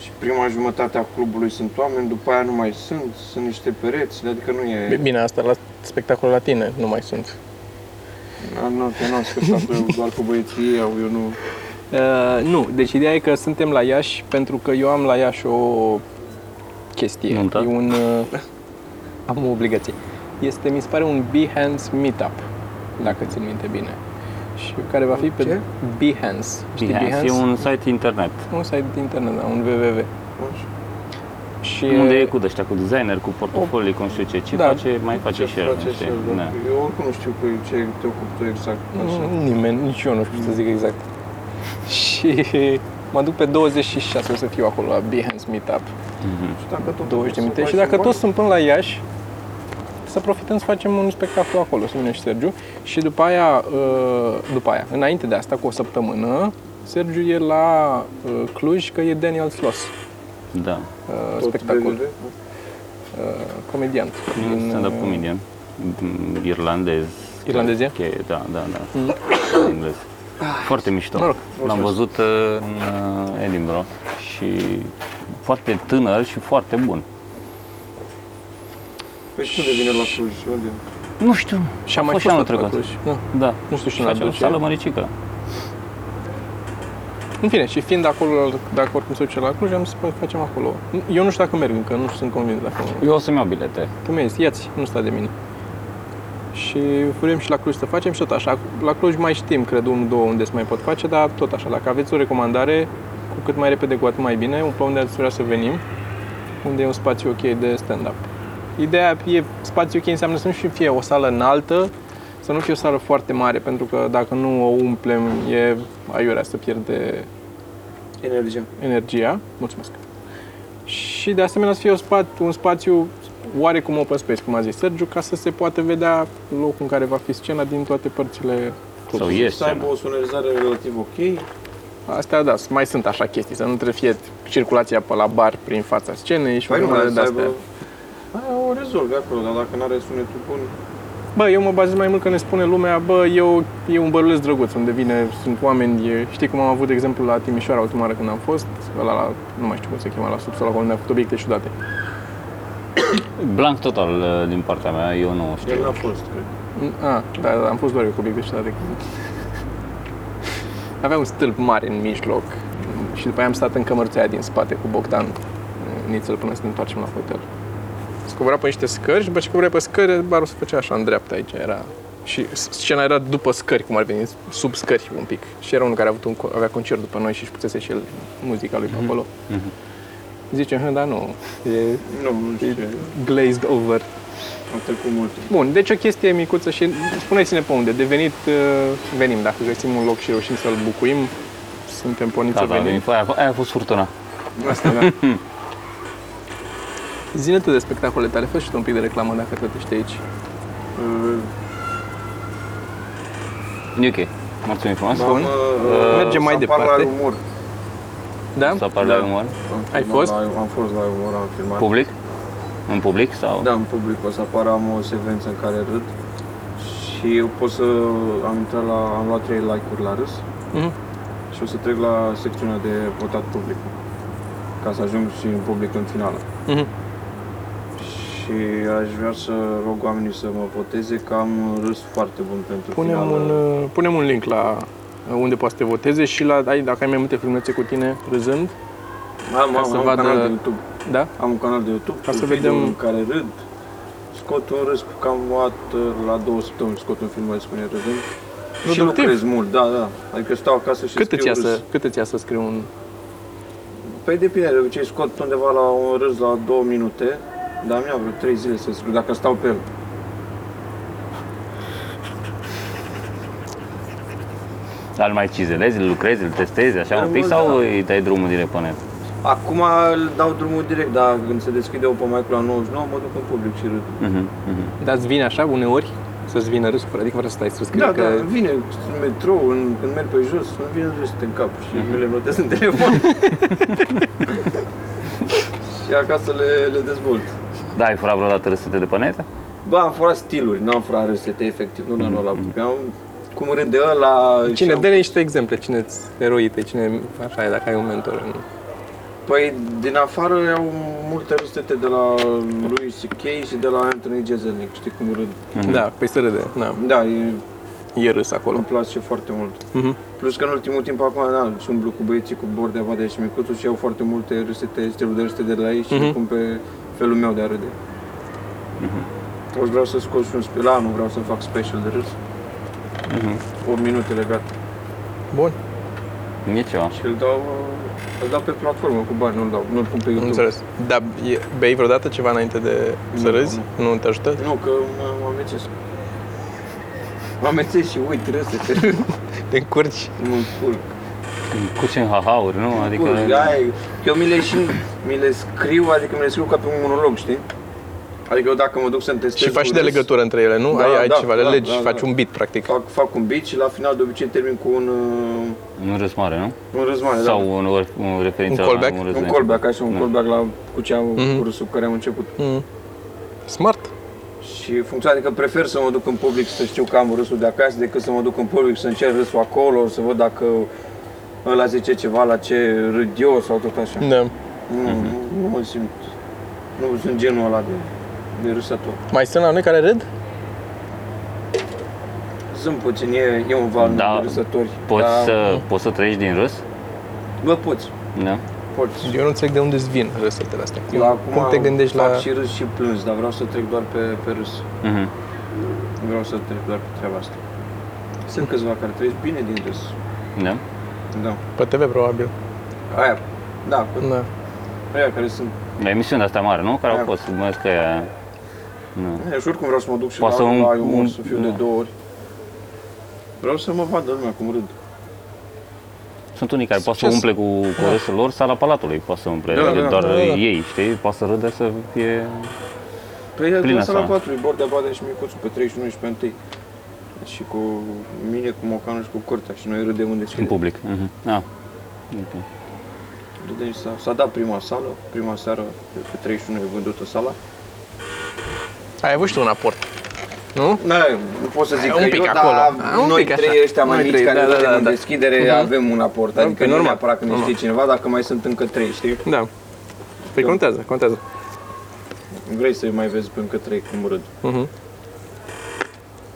Speaker 1: și prima jumătate a clubului sunt oameni, după aia nu mai sunt, sunt niște pereți, adică nu e...
Speaker 2: Bine, asta la spectacol la tine nu mai sunt.
Speaker 1: A, Nu, că nu am scăpat eu doar cu băieții ei, eu nu...
Speaker 2: Uh, nu, deci ideea e că suntem la Iași pentru că eu am la Iași o chestie.
Speaker 3: Nuntă?
Speaker 2: E un... Uh, am o obligație. Este, mi se pare, un Behance Meetup, dacă țin minte bine. Și care va fi pe
Speaker 1: Ce?
Speaker 2: Behance. Știi
Speaker 3: Behance. E un site internet.
Speaker 2: un site de internet, da, un www. Și
Speaker 3: Unde e cu ăștia, cu designer, cu portofolii, cu nu știu ce, ce
Speaker 2: Da.
Speaker 3: face, mai face
Speaker 1: Ce
Speaker 3: și el,
Speaker 1: face și
Speaker 3: știi?
Speaker 1: el, da.
Speaker 3: Da.
Speaker 1: Eu oricum nu știu cu ce te ocupi tu exact. Așa.
Speaker 2: Nu, Nimeni, nici eu nu știu să zic exact. Și mă duc pe 26 o să fiu acolo la Behance Meetup.
Speaker 1: Și dacă tot
Speaker 2: 20 Mhm.
Speaker 1: o să
Speaker 2: de minute.
Speaker 1: faci
Speaker 2: Și dacă
Speaker 1: bani,
Speaker 2: toți sunt până la Iași, să profităm să facem un spectacol acolo, să vină și Sergiu. Și după aia, uh, după aia, înainte de asta, cu o săptămână, Sergiu e la uh, Cluj, că e Daniel Floss,
Speaker 3: da.
Speaker 2: uh,
Speaker 1: tot
Speaker 2: spectacol,
Speaker 1: BVB?
Speaker 2: uh, comediant. uh,
Speaker 3: E un stand-up comedian. Mm, Irlandez.
Speaker 2: Irlandez e?
Speaker 3: Che- Da, da, da. Englez. Foarte mișto.
Speaker 2: Mă rog,
Speaker 3: L-am văzut uh, în uh, Edinburgh și foarte tânăr și foarte bun.
Speaker 1: Păi și unde vine la Cluj? Unde?
Speaker 3: Nu știu.
Speaker 2: Și am mai
Speaker 3: A
Speaker 2: fost,
Speaker 3: fost și anul
Speaker 2: la
Speaker 3: trecut.
Speaker 2: Cluj. Da.
Speaker 3: Da.
Speaker 2: Nu știu și în
Speaker 3: Și a
Speaker 2: același
Speaker 3: dus la
Speaker 2: an.
Speaker 3: Măricică.
Speaker 2: În fine, și fiind acolo, dacă oricum se duce la Cluj, am zis, "Păi, facem acolo. Eu nu știu dacă merg încă, nu sunt convins dacă merg.
Speaker 3: Eu o să-mi iau bilete.
Speaker 2: Tu mi-ai zis, ia-ți, nu sta de mine. Și vrem și la Cluj să facem și tot așa. La Cluj mai știm, cred, unul, două unde se mai pot face, dar tot așa. Dacă aveți o recomandare, cu cât mai repede, cu atât mai bine, un pe unde ați vrea să venim, unde e un spațiu ok de stand-up. Ideea e, spațiu ok înseamnă să nu și fie o sală înaltă, să nu fie o sală foarte mare, pentru că dacă nu o umplem, e aiurea să pierde
Speaker 1: Energia.
Speaker 2: energia. Mulțumesc. Și de asemenea să fie un, spa- un spațiu oarecum open space, cum a zis Sergiu, ca să se poată vedea locul în care va fi scena din toate părțile
Speaker 3: Sau
Speaker 2: clubului.
Speaker 3: e
Speaker 1: Să aibă
Speaker 3: scena.
Speaker 1: o sonorizare relativ ok,
Speaker 2: Astea, da, mai sunt așa chestii, să nu trebuie fie circulația pe la bar prin fața scenei și
Speaker 1: Păi nu,
Speaker 2: urmele
Speaker 1: dar
Speaker 2: de
Speaker 1: să
Speaker 2: astea.
Speaker 1: aibă... Aia o rezolvi acolo, dar dacă n-are sunetul bun...
Speaker 2: Bă, eu mă bazez mai mult că ne spune lumea, bă, e, o, e un băruleț drăguț unde vine, sunt oameni, e, știi cum am avut, de exemplu, la Timișoara ultima oară când am fost, ăla la, nu mai știu cum se chema, la subsol, acolo unde am făcut obiecte ciudate.
Speaker 3: Blank total uh, din partea mea, eu nu știu. Da,
Speaker 1: El n-a fost, cred.
Speaker 2: A, da, da, am fost doar eu cu obiecte și toate. Avea un stâlp mare în mijloc și după aia am stat în cămărța aia din spate cu Bogdan Nițel până să ne întoarcem la hotel. Se cobora pe niște scări și după ce coborai pe scări, barul se făcea așa în dreapta aici, era... Și scena era după scări, cum ar veni, sub scări un pic. Și era unul care a avut un, co- avea concert după noi și își pusese și el muzica lui pe acolo. Zice, "Hă, dar nu, e,
Speaker 1: Nu, nu știu.
Speaker 2: e glazed over.
Speaker 1: Am trecut mult.
Speaker 2: Bun, deci o chestie micuță și spuneți-ne pe unde. De venit, uh, venim. Dacă găsim un loc și reușim să-l bucuim, suntem porniți
Speaker 3: Da,
Speaker 2: să
Speaker 3: da,
Speaker 2: venim.
Speaker 3: din- aia, aia a fost furtuna.
Speaker 2: Asta, da. Zine tu de spectacole tale, fă și tu un pic de reclamă dacă tot ești aici.
Speaker 1: Uh,
Speaker 3: E ok. Mulțumim frumos.
Speaker 2: Da. Bun.
Speaker 1: uh,
Speaker 2: Mergem mai
Speaker 1: să apar
Speaker 2: departe.
Speaker 1: La umor.
Speaker 2: Da?
Speaker 3: Să apar
Speaker 1: Da.
Speaker 3: la umor.
Speaker 1: Am
Speaker 2: Ai
Speaker 1: filmat
Speaker 2: fost?
Speaker 1: La, am fost la umor, am filmat.
Speaker 3: Public? În public sau?
Speaker 1: Da, în public o să apară, am o secvență în care râd. Și eu pot să... Am intrat la... Am luat trei like-uri la râs.
Speaker 2: Mhm.
Speaker 1: Și o să trec la secțiunea de votat public. Ca să ajung și în public în finală.
Speaker 2: Mhm.
Speaker 1: Și aș vrea să rog oamenii să mă voteze că am un râs foarte bun pentru
Speaker 2: Punem
Speaker 1: finală.
Speaker 2: un, uh, punem un link la uh, unde poți să te voteze și la, ai, dacă ai mai multe filmulețe cu tine râzând,
Speaker 1: Am,
Speaker 2: ca
Speaker 1: am,
Speaker 2: să
Speaker 1: am
Speaker 2: vadă-
Speaker 1: un canal de YouTube.
Speaker 2: da?
Speaker 1: Am un canal de YouTube
Speaker 2: Ca
Speaker 1: cu
Speaker 2: să
Speaker 1: video
Speaker 2: vedem-
Speaker 1: în care râd scot un râs că am luat uh, la două săptămâni, scot un film mai spune râzând. Și
Speaker 2: Productiv.
Speaker 1: lucrez mult, da, da. Adică stau acasă și
Speaker 2: Cât îți,
Speaker 1: scriu
Speaker 2: ia
Speaker 1: râs.
Speaker 2: să, cât îți ia să scriu un...
Speaker 1: Păi depinde, de obicei scot undeva la un râs la două minute, dar mi-a vreo trei zile să scriu, dacă stau pe el.
Speaker 3: Dar îl mai cizelezi, îl lucrezi, îl testezi așa
Speaker 1: Mai
Speaker 3: un pic
Speaker 1: mult,
Speaker 3: sau
Speaker 1: da.
Speaker 3: îi dai drumul direct pe net?
Speaker 1: Acum îl dau drumul direct, dar când se deschide open mic la 99, mă duc în public și râd.
Speaker 3: Mhm, mhm.
Speaker 2: Dar Da, îți vine așa uneori să-ți vină râsul? Adică vreau să stai să scrii
Speaker 1: Da,
Speaker 2: că...
Speaker 1: da, îmi vine în metrou, în, când merg pe jos, îmi vine râs în cap și mi le notez în telefon. și acasă le, le dezvolt.
Speaker 3: Da, ai furat vreodată râsete de pe net?
Speaker 1: Bă, am furat stiluri, n-am furat râsete, efectiv, nu ne-am luat la bucă. Am cum râde ăla...
Speaker 2: Cine,
Speaker 1: și-am-
Speaker 2: dă niște exemple, cine îți eroite, cine așa e, dacă ai un mentor în...
Speaker 1: Păi, din afară au multe râsete de la lui C.K. și de la Anthony Jeselnik, știi cum râd.
Speaker 2: Da, păi să râde, da,
Speaker 1: Da, e,
Speaker 2: e râs acolo.
Speaker 1: îmi place foarte mult.
Speaker 2: Mhm.
Speaker 1: Plus că în ultimul timp acum, da, și umblu cu băieții cu Bordea, Vadea și Micuțu și au foarte multe râsete, stilul de râsete de la ei și
Speaker 2: Mhm.
Speaker 1: le pun pe felul meu de a râde. Ori vreau să scot și un spe- la anul vreau să fac special de râs,
Speaker 3: Mhm.
Speaker 1: o minute legat.
Speaker 2: Bun,
Speaker 3: E ceva.
Speaker 1: Și îl dau, uh, îl dau pe platformă cu bani, nu-l dau, nu-l pun pe YouTube.
Speaker 2: înțeles. Dar e, bei vreodată ceva înainte de să
Speaker 1: Nu,
Speaker 2: râzi? Nu te ajută?
Speaker 1: Nu, că mă, mă amețesc. Mă amețesc și uit râsete,
Speaker 2: Te încurci?
Speaker 1: mă încurc.
Speaker 3: Cu ce în hahauri, nu? Adică...
Speaker 1: Adică... Ai, eu mi le, și, mi le scriu, adică mi le scriu ca pe un monolog, știi? Adică eu dacă mă duc să-mi testez...
Speaker 2: Și faci și
Speaker 1: un
Speaker 2: de
Speaker 1: râs,
Speaker 2: legătură între ele, nu?
Speaker 1: Da,
Speaker 2: ai ai
Speaker 1: da,
Speaker 2: ceva, le
Speaker 1: da,
Speaker 2: legi,
Speaker 1: da,
Speaker 2: faci
Speaker 1: da.
Speaker 2: un beat, practic.
Speaker 1: Fac, fac un beat și la final de obicei termin cu un, uh,
Speaker 3: Un râs mare, nu?
Speaker 1: un răzmane,
Speaker 3: Sau
Speaker 1: da.
Speaker 3: un, or- un referință
Speaker 2: Un callback?
Speaker 3: la un
Speaker 2: Un
Speaker 3: râs
Speaker 1: Un
Speaker 3: de-
Speaker 1: callback, așa, un
Speaker 3: Da.
Speaker 1: callback la cu cea
Speaker 2: Mhm.
Speaker 1: cu râsul cu care am început.
Speaker 2: Mm. Smart.
Speaker 1: Și funcția, adică prefer să mă duc în public să știu că am râsul de acasă decât să mă duc în public să încerc râsul acolo, să văd dacă ăla zice ceva la ce râd eu sau tot așa.
Speaker 2: Da.
Speaker 1: Nu, nu mă simt, nu sunt genul ăla de, de râsător.
Speaker 2: Mai sunt la unii care râd?
Speaker 1: Sunt puțin, e, e un val
Speaker 3: Da.
Speaker 1: da. de râsători.
Speaker 3: Poți,
Speaker 1: dar-
Speaker 3: să, poți să trăiești din râs?
Speaker 1: Bă, poți,
Speaker 3: Da.
Speaker 1: poți.
Speaker 2: Eu nu înțeleg de unde îți vin râsetele astea.
Speaker 1: Eu acum
Speaker 2: Cum te gândești
Speaker 1: fac
Speaker 2: la...
Speaker 1: și râs și plâns, dar vreau să trec doar pe, pe râs.
Speaker 3: Mhm.
Speaker 1: Vreau să trec doar pe treaba asta. Sunt câțiva care trăiesc bine din râs.
Speaker 3: Da.
Speaker 1: Da.
Speaker 2: Pe TV, probabil.
Speaker 1: Aia, da, cu
Speaker 2: Da.
Speaker 1: aia care sunt.
Speaker 3: La emisiunea asta mare, nu? Care au
Speaker 1: Da.
Speaker 3: fost, mă că e... Nu.
Speaker 1: Aia, și oricum vreau să mă duc și
Speaker 3: Poate
Speaker 1: la
Speaker 3: să un-
Speaker 1: la umor,
Speaker 3: un-
Speaker 1: să fiu
Speaker 3: da.
Speaker 1: de două ori. Vreau să mă vadă lumea cum râd.
Speaker 3: Sunt unii care pot să
Speaker 2: Succes.
Speaker 3: umple cu, cu râsul lor, sala palatului poate să umple, adică
Speaker 1: Da, da,
Speaker 3: doar
Speaker 2: da, da.
Speaker 3: ei, știi? Poate să râde să fie...
Speaker 1: Păi el
Speaker 3: Plină
Speaker 1: plasa la
Speaker 3: sală.
Speaker 1: 4, e Bordea Badea și Micuțu pe 31 și pe 1. Și cu mine, cu Mocanu și cu Cortea și noi râdem unde
Speaker 3: în
Speaker 1: scrie.
Speaker 3: public. Mhm. Da. Ok.
Speaker 1: Deci s-a, s-a dat prima sală, prima seară, cred că 31 e vândută sala.
Speaker 2: Ai avut și tu un aport, nu?
Speaker 1: Da, nu pot să zic
Speaker 2: Un
Speaker 1: că
Speaker 2: pic
Speaker 1: eu,
Speaker 2: acolo.
Speaker 1: dar
Speaker 2: A, un
Speaker 1: noi
Speaker 2: pic
Speaker 1: trei
Speaker 2: așa.
Speaker 1: ăștia mai
Speaker 2: Noi
Speaker 1: mici
Speaker 2: trei,
Speaker 1: care
Speaker 2: da, da,
Speaker 1: suntem
Speaker 2: da,
Speaker 1: în
Speaker 2: da.
Speaker 1: deschidere avem un aport, adică
Speaker 2: pe
Speaker 1: nu
Speaker 2: normal.
Speaker 1: neapărat că ne știe cineva, dacă mai sunt încă trei, știi?
Speaker 2: Da. Păi contează, contează.
Speaker 1: Vrei să-i mai vezi pe încă trei cum râd.
Speaker 2: Mhm.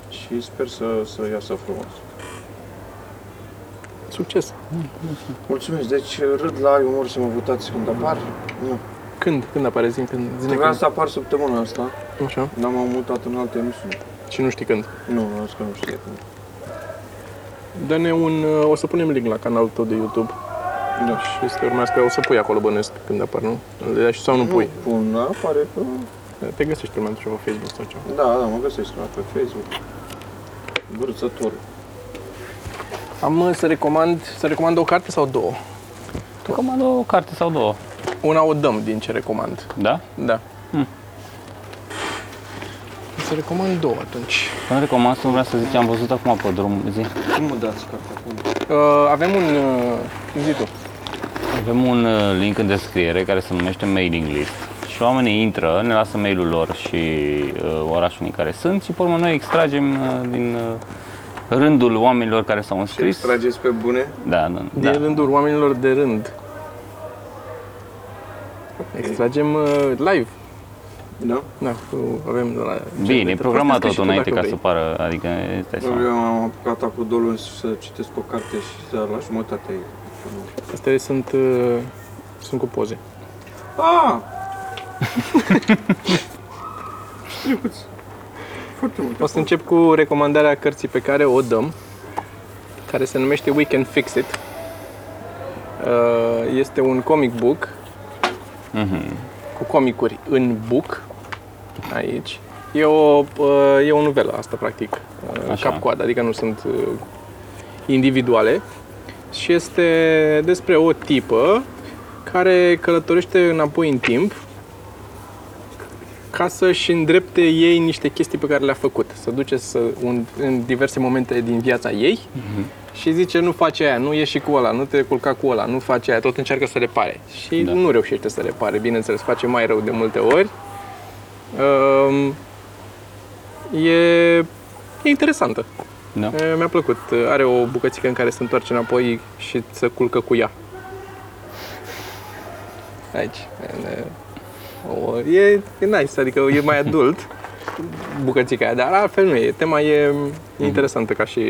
Speaker 1: Și sper să, să iasă frumos.
Speaker 2: Succes.
Speaker 1: Mulțumesc, deci râd la umor să mă votați când apar. Nu.
Speaker 2: Când? Când apare zi? Când? Zine
Speaker 1: Trebuia
Speaker 2: când?
Speaker 1: să apar săptămâna asta,
Speaker 2: Așa.
Speaker 1: dar m-am mutat în alte emisiuni.
Speaker 2: Și nu știi când.
Speaker 1: Nu, nu, asta nu știu. acum.
Speaker 2: Dă-ne un... uh, O să punem link la canalul tău de YouTube.
Speaker 1: Da.
Speaker 2: Și să te urmează pe o să pui acolo bănuiesc când apar, nu? Le dai și sau nu pui.
Speaker 1: Pun, da, apare pe...
Speaker 2: Te găsești urmează ceva pe Facebook sau ceva.
Speaker 1: Da, da, mă găsesc la pe Facebook. Vârțător.
Speaker 2: Am uh, să recomand, să recomand o carte sau două.
Speaker 3: Recomand o carte sau două.
Speaker 2: Una o dăm din ce recomand.
Speaker 3: Da?
Speaker 2: Da. Să recomand două atunci.
Speaker 3: Când recomand să vrea să zic, am văzut acum pe drum, zi.
Speaker 1: Cum mă dați cartea acum?
Speaker 2: Uh, avem un... Uh, zi tu.
Speaker 3: Avem un uh, link în descriere care se numește mailing list și oamenii intră, ne lasă mailul lor și uh, orașul în care sunt și pe urmă noi extragem uh, din uh, rândul oamenilor care s-au înscris.
Speaker 1: Trageți pe bune?
Speaker 3: Da, da,
Speaker 2: Din
Speaker 3: da.
Speaker 2: rândul oamenilor de rând. Extragem uh, live.
Speaker 1: Da?
Speaker 2: Da, cu- avem de la...
Speaker 3: Bine, e programat
Speaker 2: Poți
Speaker 3: totul
Speaker 2: scrii și tu
Speaker 3: înainte ca
Speaker 2: dacă
Speaker 3: să
Speaker 2: vrei.
Speaker 3: pară, adică este
Speaker 1: Eu am apucat acum două luni să citesc o carte și să la jumătate ei.
Speaker 2: Astea sunt, uh, sunt cu poze.
Speaker 1: Ah! drăguț. Foarte mult.
Speaker 2: O să încep cu recomandarea cărții pe care o dăm, care se numește We Can Fix It. Uh, Este un comic book
Speaker 3: Mhm.
Speaker 2: cu comicuri în book aici. E o, uh, e o novelă asta, practic,
Speaker 3: Așa.
Speaker 2: cap coadă, adică nu sunt uh, individuale. Și este despre o tipă care călătorește înapoi în timp ca să-și îndrepte ei niște chestii pe care le-a făcut. Să duce să, un, în diverse momente din viața ei și zice nu face aia, nu ieși cu ăla, nu te culca cu ăla, nu face aia, tot încearcă să repare. Și
Speaker 3: Da.
Speaker 2: nu reușește să repare, bineînțeles, face mai rău de multe ori. Um, e, e interesantă.
Speaker 3: Da.
Speaker 2: E, Mi-a plăcut. Are o bucățică în care se întoarce înapoi și se culcă cu ea. Aici. E, o- E, e nice, adică e mai adult bucățica aia, dar altfel nu e. Tema e, e interesantă ca și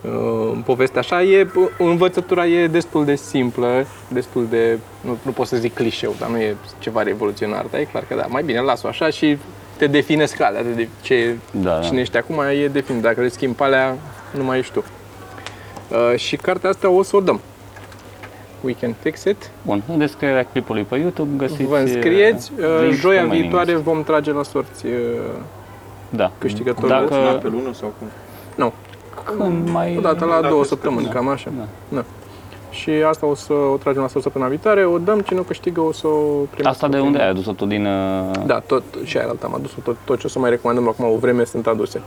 Speaker 2: uh, povestea așa. E, învățătura e destul de simplă, destul de, nu, nu pot să zic clișeu, dar nu e ceva revoluționar, dar e clar că da, mai bine las-o așa și te define scala, te de, ce,
Speaker 3: Da, da.
Speaker 2: cine ești acum e definit. Dacă le schimbi pe alea, nu mai ești tu. Uh, și cartea asta o să o dăm. We can fix it.
Speaker 3: Bun, în descrierea clipului pe YouTube găsiți...
Speaker 2: Vă înscrieți.
Speaker 3: eh, link
Speaker 2: Uh, joia
Speaker 3: pe mailing
Speaker 2: viitoare
Speaker 3: list.
Speaker 2: vom trage la sorți. Uh,
Speaker 3: Da.
Speaker 2: câștigătorul.
Speaker 1: Dacă...
Speaker 3: Dacă...
Speaker 1: pe lună sau cum?
Speaker 2: nu,
Speaker 3: Când mai...
Speaker 2: o dată la
Speaker 1: Dacă
Speaker 2: două
Speaker 1: scrie,
Speaker 2: săptămâni,
Speaker 3: da.
Speaker 2: cam așa.
Speaker 3: Da.
Speaker 2: Da. Și asta o să o tragem la sorți săptămâna viitoare, o dăm, cine o câștigă o să o primească.
Speaker 3: Asta de unde ai adus-o tu din... eh,
Speaker 2: Da, tot și aia am adus tot, tot ce o să mai recomandăm acum o vreme sunt aduse.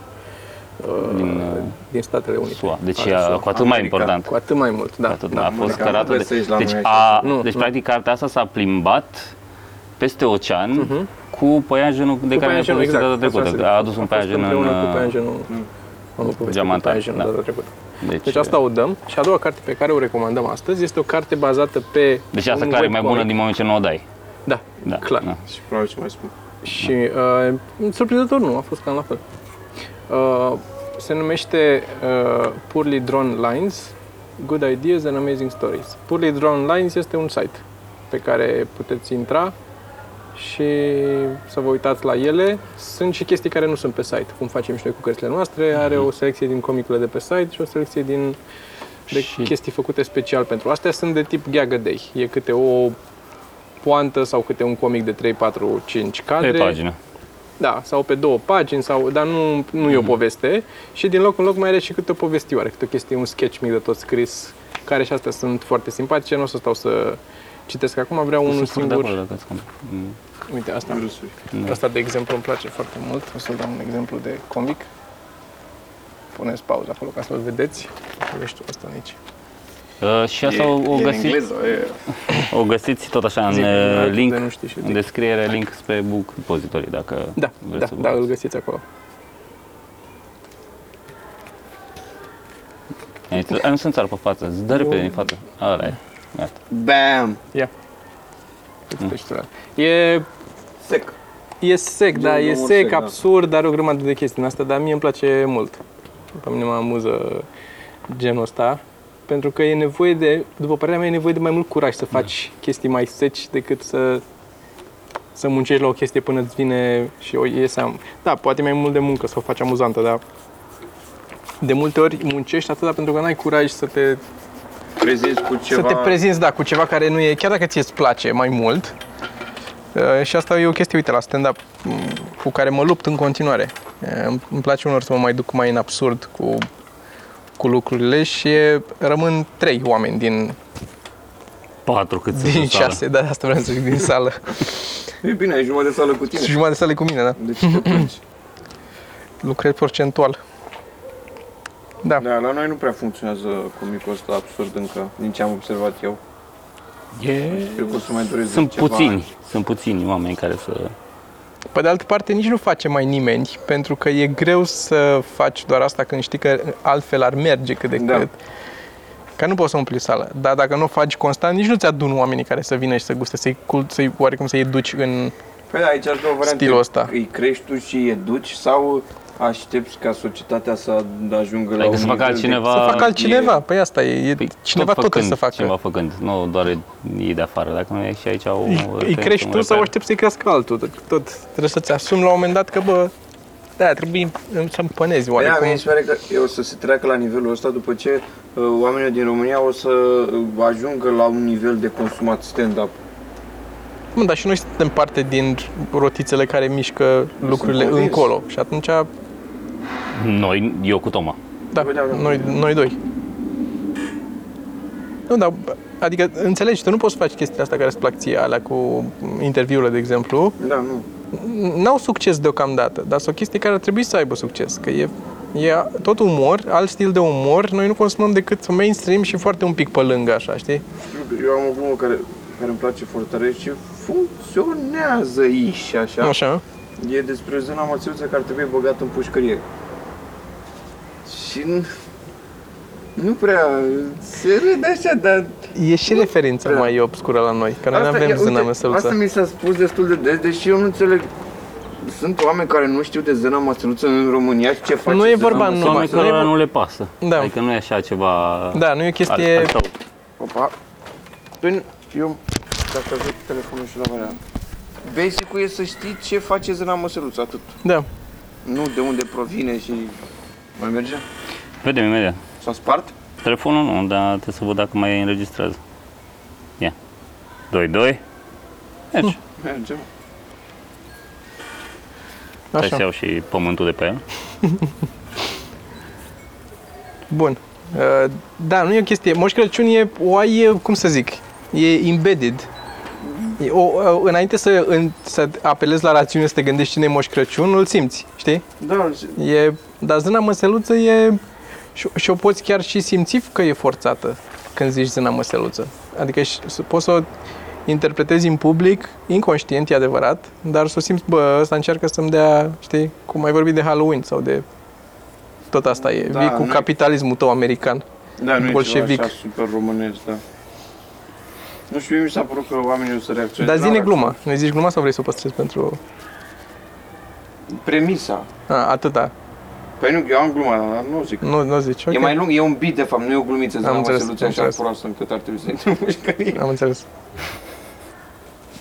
Speaker 2: Uh,
Speaker 3: Din,
Speaker 2: din,
Speaker 3: uh,
Speaker 2: din Statele Unite.
Speaker 3: SUA. Deci
Speaker 2: Are
Speaker 3: e
Speaker 2: SUA.
Speaker 3: cu atât mai
Speaker 1: America.
Speaker 3: important.
Speaker 2: Cu atât mai mult, da.
Speaker 3: Atât,
Speaker 2: da,
Speaker 3: a fost
Speaker 1: da.
Speaker 3: cărată.
Speaker 1: Nu
Speaker 3: De,
Speaker 1: găsești la
Speaker 3: deci,
Speaker 1: noi
Speaker 3: a,
Speaker 2: așa. Nu,
Speaker 3: deci
Speaker 2: nu.
Speaker 3: practic, cartea asta s-a plimbat peste ocean cu păianjenul de
Speaker 2: Mhm. Cu
Speaker 3: care ne-a
Speaker 2: păianjenul, exact.
Speaker 3: povestit data
Speaker 2: asta vreau să zic.
Speaker 3: trecută. exact, A adus un
Speaker 2: fost
Speaker 3: păianjen în...
Speaker 2: Împreună cu
Speaker 3: uh,
Speaker 2: păianjenul. Am o poveste cu
Speaker 3: geamantan,
Speaker 2: păianjenul
Speaker 3: da.
Speaker 2: data trecută.
Speaker 3: Deci,
Speaker 2: Deci asta o dăm. Și a doua carte pe care o recomandăm astăzi este o carte bazată pe
Speaker 3: deci asta
Speaker 2: un
Speaker 3: clar e mai bună
Speaker 2: webcomic.
Speaker 3: din moment ce nu o dai.
Speaker 2: Da,
Speaker 3: Da,
Speaker 2: clar.
Speaker 3: da.
Speaker 1: Și probabil ce mai spun.
Speaker 2: Și uh, surprinzător nu, a fost cam la fel. Uh, se numește uh, Poorly Drawn Lines, Good Ideas and Amazing Stories. Poorly Drawn Lines este un site pe care puteți intra și să vă uitați la ele. Sunt și chestii care nu sunt pe site, cum facem și noi cu cărțile noastre. Are o selecție din comicurile de pe site și o selecție din de
Speaker 3: Și-
Speaker 2: chestii făcute special pentru astea. Sunt de tip gag a day. E câte o poantă sau câte un comic de 3, 4, 5 cadre.
Speaker 3: Pe pagină.
Speaker 2: Da, sau pe două pagini, sau, dar nu, nu e
Speaker 3: Mm.
Speaker 2: o poveste. Și din loc în loc mai are și câte o povestioare, câte o chestie, un sketch mic de tot scris, care și astea sunt foarte simpatice. Nu o să stau să citesc acum, vreau unul
Speaker 3: Sunt de acord
Speaker 2: singur.
Speaker 3: dacă îți compri. Mm.
Speaker 2: Uite, asta.
Speaker 1: Râsuri.
Speaker 2: Asta, de exemplu, îmi place foarte mult. O să dau un exemplu de comic. Puneți pauză acolo ca să-l vedeți. Vezi tu asta aici.
Speaker 3: Uh, Și asta o, o,
Speaker 1: e
Speaker 3: găsi,
Speaker 1: În engleză, e...
Speaker 3: o găsiți tot așa în
Speaker 2: Zic,
Speaker 3: uh,
Speaker 2: dacă
Speaker 3: link,
Speaker 2: nu știi și
Speaker 3: în
Speaker 2: zic.
Speaker 3: descriere, link spre book repository, dacă
Speaker 2: Da,
Speaker 3: vreți
Speaker 2: da,
Speaker 3: să vă
Speaker 2: da, îl
Speaker 3: uitați.
Speaker 2: găsiți acolo.
Speaker 3: Aici- Ai un sânțar pe față, îți dă repede din față. Ăla e. Gata.
Speaker 1: Bam!
Speaker 2: Ia.
Speaker 3: Mm.
Speaker 2: E
Speaker 1: Sec.
Speaker 2: E sec,
Speaker 1: Gen
Speaker 2: da,
Speaker 1: de
Speaker 2: e
Speaker 1: omor
Speaker 2: sec,
Speaker 1: sec, da.
Speaker 2: absurd, dar o grămadă de chestii în asta, dar mie îmi place mult. Pe mine mă amuză genul ăsta, pentru că e nevoie de, după părerea mea, e nevoie de mai mult curaj să faci chestii mai seci decât să să muncești la o chestie până îți vine și o iese. am- Da, poate mai mult de muncă să o faci amuzantă, dar de multe ori muncești atâta pentru că n-ai curaj să te
Speaker 1: Prezinți cu ceva...
Speaker 2: să te prezinți, da, cu ceva care nu e, chiar dacă ție îți place mai mult. Uh, și asta e o chestie, uite, la stand-up m, cu care mă lupt în continuare. Uh, îmi- îmi place unor să mă mai duc mai în absurd cu, cu lucrurile și e- rămân trei oameni din,
Speaker 3: Patru cât sunt
Speaker 2: din
Speaker 3: în sală.
Speaker 2: șase, da, asta vreau să zic, din sală.
Speaker 1: E bine, ai jumătate de sală cu tine.
Speaker 2: și jumătate de sală e cu mine, da.
Speaker 1: De ce te plângi?
Speaker 2: Lucrez procentual. Da.
Speaker 1: Da, la noi nu prea funcționează comicul ăsta absurd încă, din ce am observat eu.
Speaker 3: E...
Speaker 1: Cred că o să mai dureze
Speaker 3: Sunt
Speaker 1: ceva.
Speaker 3: puțini, sunt puțini oameni care să...
Speaker 2: Pe de altă parte, nici nu face mai nimeni, pentru că e greu să faci doar asta când știi că altfel ar merge cât de
Speaker 1: Da.
Speaker 2: cât. Că nu poți să umpli sala, dar dacă nu o faci constant, nici nu-ți adun oamenii care să vină și să guste, să-i, cul- să-i oarecum să-i duci în...
Speaker 1: Păi da, aici aș două variante.
Speaker 2: Stilul ăsta.
Speaker 1: Îi crești tu și îi educi sau aștepți ca societatea să ajungă la
Speaker 3: Adică
Speaker 1: un
Speaker 3: să facă
Speaker 1: nivel de-
Speaker 3: altcineva...
Speaker 2: Să facă
Speaker 3: e-
Speaker 2: altcineva, păi asta e, e
Speaker 3: Păi,
Speaker 2: cineva tot,
Speaker 3: făcând,
Speaker 2: trebuie să facă.
Speaker 3: Cineva făcând, nu doar ei de afară, dacă nu e și aici o...
Speaker 2: Îi, îi crești tu sau aștepți să-i crească altul, tot, tot trebuie să-ți asumi la un moment dat că, bă, da, trebuie să împănezi
Speaker 1: Păi da,
Speaker 2: oarecum.
Speaker 1: mi se pare că eu o să se treacă la nivelul ăsta după ce uh, oamenii din România o să uh, ajungă la un nivel de consumat stand-up.
Speaker 2: Mă, dar și noi suntem parte din rotițele care mișcă lucrurile
Speaker 1: convins.
Speaker 2: încolo și atunci,
Speaker 3: Noi, eu cu Toma.
Speaker 2: da,
Speaker 1: Păi da, da.
Speaker 2: noi, noi doi. Nu, dar, bă, adică, înțelegi, tu nu poți să faci chestia asta care îți plac ție, alea cu interviurile, de exemplu,
Speaker 1: Da, nu.
Speaker 2: n-au succes deocamdată, dar sunt o chestie care ar trebui să aibă succes, că e, e tot umor, alt stil de umor, noi nu consumăm decât mainstream și foarte un pic pe lângă, așa, știi?
Speaker 1: Știu că eu am o glumă care, care îmi place foarte tare și funcționează iși așa.
Speaker 2: Așa.
Speaker 1: E despre zâna mățiuță care trebuie băgat în pușcărie. Și nu, nu prea se râde așa, dar...
Speaker 2: E și referința
Speaker 1: prea.
Speaker 2: mai obscură la noi, că noi nu
Speaker 1: da. e-
Speaker 2: avem zâna
Speaker 1: uite,
Speaker 2: măsăluță.
Speaker 1: Asta mi s-a spus destul de des, deși eu nu înțeleg sunt oameni care nu știu de zâna măsăluță în România și ce face
Speaker 2: Nu e
Speaker 1: zâna
Speaker 2: vorba
Speaker 1: măsăluță.
Speaker 2: Nu, mai-
Speaker 3: Oamenii
Speaker 2: nu
Speaker 3: cărora
Speaker 2: e-
Speaker 3: nu le pasă.
Speaker 2: Da.
Speaker 3: Adică nu e așa ceva...
Speaker 2: Da, nu e o chestie-
Speaker 3: al- al tău.
Speaker 1: Opa. Păi, eu, dacă văd telefonul și la mine. Basic-ul e să știi ce face zâna măsăluță, atât.
Speaker 2: Da.
Speaker 1: Nu de unde provine și... Mai merge?
Speaker 3: Vedem imediat.
Speaker 1: S-a spart?
Speaker 3: Telefonul nu, dar trebuie să văd dacă mai înregistrează. Ia. 2-2. Mergi.
Speaker 1: Merge.
Speaker 3: Așa. să
Speaker 2: Așa. Păi,
Speaker 3: iau și pământul de pe el.
Speaker 2: Bun. Uh, Da, nu e o chestie. Moș Crăciun e, o ai, e, cum să zic, e embedded. E o, uh, înainte să, în, să apelezi la rațiune, să te gândești cine e Moș Crăciun, îl simți, știi?
Speaker 1: Da,
Speaker 2: E, dar zâna măseluță e... Și, și o poți chiar și simți că e forțată când zici zâna măseluță. Adică și, s- poți să o interpretezi în public, inconștient, e adevărat, dar să o simți, bă, ăsta încearcă să-mi dea, știi, cum ai vorbit de Halloween sau de... Tot asta e,
Speaker 1: Da,
Speaker 2: vii cu
Speaker 1: nu-
Speaker 2: capitalismul tău american.
Speaker 1: da nu e
Speaker 2: Bolșevic.
Speaker 1: ceva așa super românesc, da. Nu știu, mie mi s-a părut că oamenii o să reacționeze.
Speaker 2: Dar zine
Speaker 1: N-au
Speaker 2: gluma. Ne zici gluma sau vrei să o păstrezi pentru...
Speaker 1: reacționat. Premisa.
Speaker 2: A, atâta.
Speaker 1: Păi nu, eu am gluma, dar nu o zic.
Speaker 2: Nu, nu zici.
Speaker 1: E
Speaker 2: ok.
Speaker 1: mai lung, e un bit de fapt, nu e o glumiță, zâna
Speaker 2: înțeles,
Speaker 1: măsăluță
Speaker 2: am
Speaker 1: așa
Speaker 2: înțeles.
Speaker 1: proastă încât ar trebui să intri în mușcărie.
Speaker 2: Am înțeles.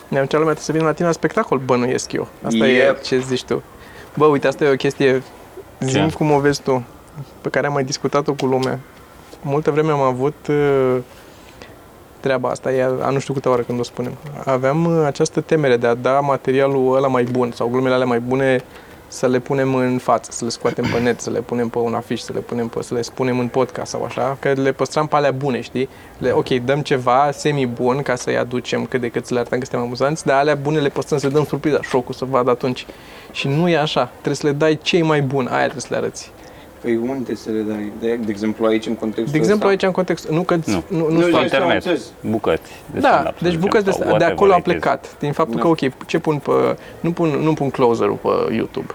Speaker 2: Ne-am cea lumea trebuie să vină la tine la spectacol, bănuiesc eu. Asta e
Speaker 1: Yep.
Speaker 2: ce zici tu. Bă, uite, asta e o chestie, zim
Speaker 3: Ce?
Speaker 2: cum o vezi tu, pe care am mai discutat-o cu lumea. Multă vreme am avut uh, treaba asta, e a nu știu câte oară când o spunem. Aveam uh, această temere de a da materialul ăla mai bun sau glumele alea mai bune să le punem în față, să le scoatem pe net, să le punem pe un afiș, să le punem pe, să le spunem în podcast sau așa, că le păstram pe alea bune, știi? Le, ok, dăm ceva semi-bun ca să-i aducem cât de cât să le arătăm că suntem amuzanți, dar alea bune le păstrăm, să le dăm surpriza, șocul să vadă atunci. Și nu e așa, trebuie să le dai cei mai buni, aia trebuie să le arăți.
Speaker 1: Păi unde să le dai? De, de exemplu aici, în contextul
Speaker 2: De
Speaker 1: ăsta?
Speaker 2: exemplu, aici în context, nu că
Speaker 3: Nu.
Speaker 2: nu, nu,
Speaker 1: Nu,
Speaker 2: nu
Speaker 1: eu-
Speaker 3: Pe
Speaker 1: am
Speaker 3: internet,
Speaker 1: înțeles.
Speaker 3: bucăți. De
Speaker 2: Da,
Speaker 3: stand-up, să
Speaker 2: deci
Speaker 3: zicem,
Speaker 2: bucăți de,
Speaker 3: sau
Speaker 2: sta- de
Speaker 3: whatever
Speaker 2: acolo a
Speaker 3: it is.
Speaker 2: plecat. Din faptul
Speaker 1: Da.
Speaker 2: că, ok, ce pun pe... Nu pun, nu pun closerul pe YouTube.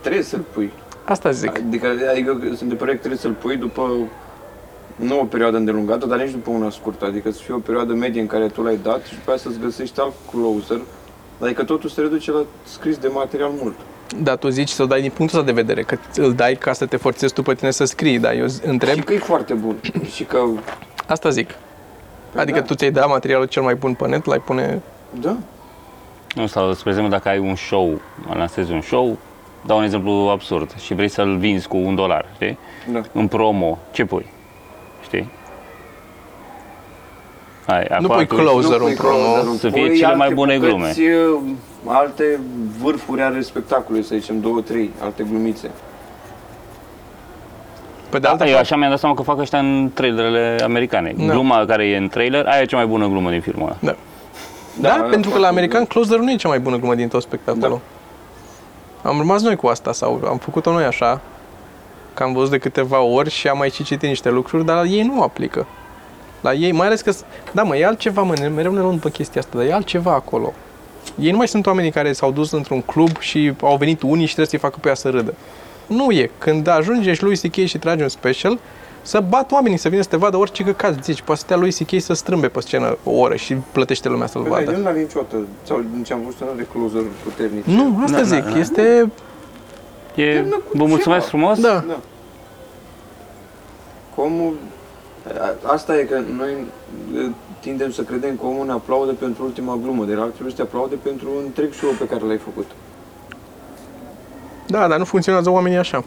Speaker 1: Trebuie să-l pui.
Speaker 2: Asta zic.
Speaker 1: Adică, adică eu sunt de părere că trebuie să-l pui după nu o perioadă îndelungată, dar nici după una scurtă. Adică să fie o perioadă medie în care tu l-ai dat și după aia să-ți găsești alt closer. Adică totul se reduce la scris de material mult.
Speaker 2: Dar tu zici să-l dai din punctul ăsta de vedere, că îl dai ca să te forțezi tu pe tine să scrii, dar eu z- întreb,
Speaker 1: Și că e foarte bun. și că...
Speaker 2: asta zic. Adică
Speaker 1: da.
Speaker 2: tu ți-ai dat materialul cel mai bun pe net, l-ai pune...
Speaker 1: Da.
Speaker 3: Nu, sau, spre exemplu, dacă ai un show, lansezi un show, dau un exemplu absurd, și vrei să-l vinzi cu un dolar, știi?
Speaker 1: Da.
Speaker 3: În promo, ce pui? Știi? Hai,
Speaker 2: Nu
Speaker 3: acolo
Speaker 2: pui
Speaker 3: atunci-
Speaker 2: closer
Speaker 1: Nu
Speaker 2: în
Speaker 1: pui
Speaker 2: promo.
Speaker 1: closer-ul,
Speaker 3: Să fie
Speaker 1: pui
Speaker 3: cele
Speaker 1: Păi, alte
Speaker 3: mai bune
Speaker 1: bucăți, Alte vârfuri ale spectacolului, să zicem, două, trei, alte glumițe.
Speaker 2: Pe
Speaker 1: Da,
Speaker 2: de altă
Speaker 3: Da, eu
Speaker 2: parte,
Speaker 3: așa mi-am dat seama că fac ăștia în trailerele americane.
Speaker 2: Da.
Speaker 3: Gluma care e în trailer, aia e cea mai bună glumă din filmul ăla.
Speaker 2: da.
Speaker 1: Da,
Speaker 2: Da, pentru că
Speaker 1: foarte
Speaker 2: la
Speaker 1: bun.
Speaker 2: american closer nu e cea mai bună glumă din tot spectacolul.
Speaker 1: Da.
Speaker 2: Am rămas noi cu asta sau am făcut-o noi așa, că am văzut de câteva ori și am mai și citit niște lucruri, dar la ei nu o aplică. La ei, mai ales că, s- da mă, e altceva, mă, ne- mereu ne luăm pe chestia asta, dar e altceva acolo. Ei nu mai sunt oamenii care s-au dus într-un club și au venit unii și trebuie să-i facă pe ea să râdă. Nu e. Când ajunge și lui C.K. și trage un special, să bat oamenii să vină să te vadă orice căcat zici. Poate să te ia lui C.K. să strâmbe pe scenă o oră și plătește lumea să-l
Speaker 1: Păi da,
Speaker 2: vadă.
Speaker 1: eu nu l-am niciodată. Sau din ce am văzut, nu are closer puternic.
Speaker 2: Nu, asta
Speaker 3: Na,
Speaker 2: zic,
Speaker 3: na, na.
Speaker 2: este
Speaker 3: E,
Speaker 1: Termină cu
Speaker 3: vă mulțumesc
Speaker 1: ceva.
Speaker 3: frumos.
Speaker 2: Da.
Speaker 1: Da. Comul... a- Asta e că noi e, tindem să credem că omul ne aplaudă pentru ultima glumă, dar ar trebui să te aplaude pentru întreg show pe care l-ai făcut.
Speaker 2: Da, dar nu funcționează oamenii așa.